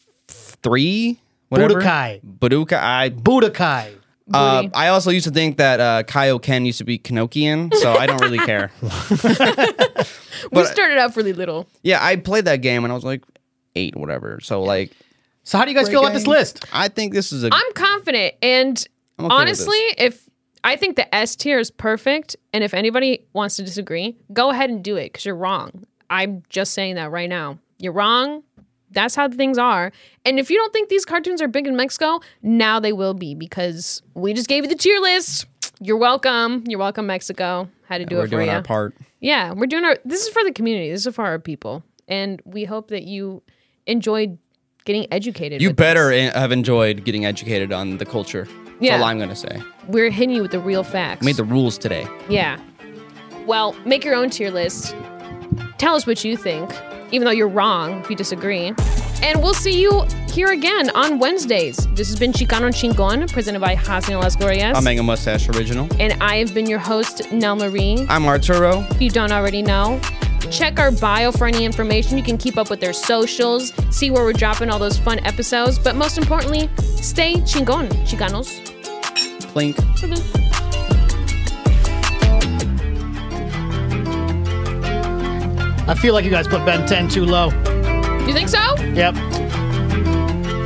Speaker 2: three. Whatever.
Speaker 4: Budokai.
Speaker 2: Budokai.
Speaker 4: Budokai.
Speaker 2: Uh, I also used to think that uh, Kaioken used to be Kenokian, so I don't really care.
Speaker 1: We started off really little.
Speaker 2: Yeah, I played that game when I was like eight, whatever. So like,
Speaker 4: So how do you guys feel about this
Speaker 2: game.
Speaker 4: list?
Speaker 2: I think this is a
Speaker 1: I'm confident. And
Speaker 2: I'm okay with
Speaker 1: honestly, if I think the S tier is perfect, and if anybody wants to disagree, go ahead and do it because you're wrong. I'm just saying that right now. You're wrong. That's how things are. And if you don't think these cartoons are big in Mexico, now they will be because we just gave you the tier list. You're welcome. You're welcome, Mexico. Had to do
Speaker 2: we're
Speaker 1: it for
Speaker 2: doing
Speaker 1: you.
Speaker 2: our part.
Speaker 1: Yeah, we're doing our. This is for the community. This is for our people, and we hope that you enjoyed getting educated.
Speaker 2: You
Speaker 1: with this.
Speaker 2: better en- have enjoyed getting educated on the culture. That's
Speaker 1: Yeah.
Speaker 2: all I'm gonna say.
Speaker 1: We're hitting you with the real facts.
Speaker 2: Made the rules today.
Speaker 1: yeah. Well, make your own tier list. Tell us what you think, even though you're wrong if you disagree. And we'll see you here again on Wednesdays. This has been Chicano Chingon, presented by Hasnil Las Glorias.
Speaker 2: I'm Manga Mustache Original.
Speaker 1: and I have been your host, Nell Marie.
Speaker 2: I'm Arturo.
Speaker 1: if you don't already know. Check our bio for any information. You can keep up with their socials, see where we're dropping all those fun episodes. But most importantly, stay chingon, chicanos.
Speaker 2: Plink.
Speaker 4: I feel like you guys put Ben 10 too low.
Speaker 1: You think so?
Speaker 4: Yep.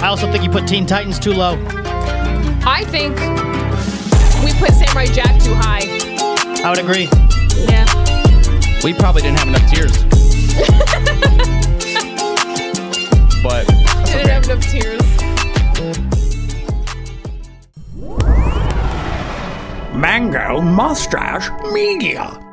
Speaker 4: I also think you put Teen Titans too low.
Speaker 1: I think we put Samurai Jack too high.
Speaker 4: I would agree.
Speaker 1: Yeah.
Speaker 2: We probably didn't have enough tears. but
Speaker 1: Didn't have enough tears.
Speaker 11: Mango Mustache Media.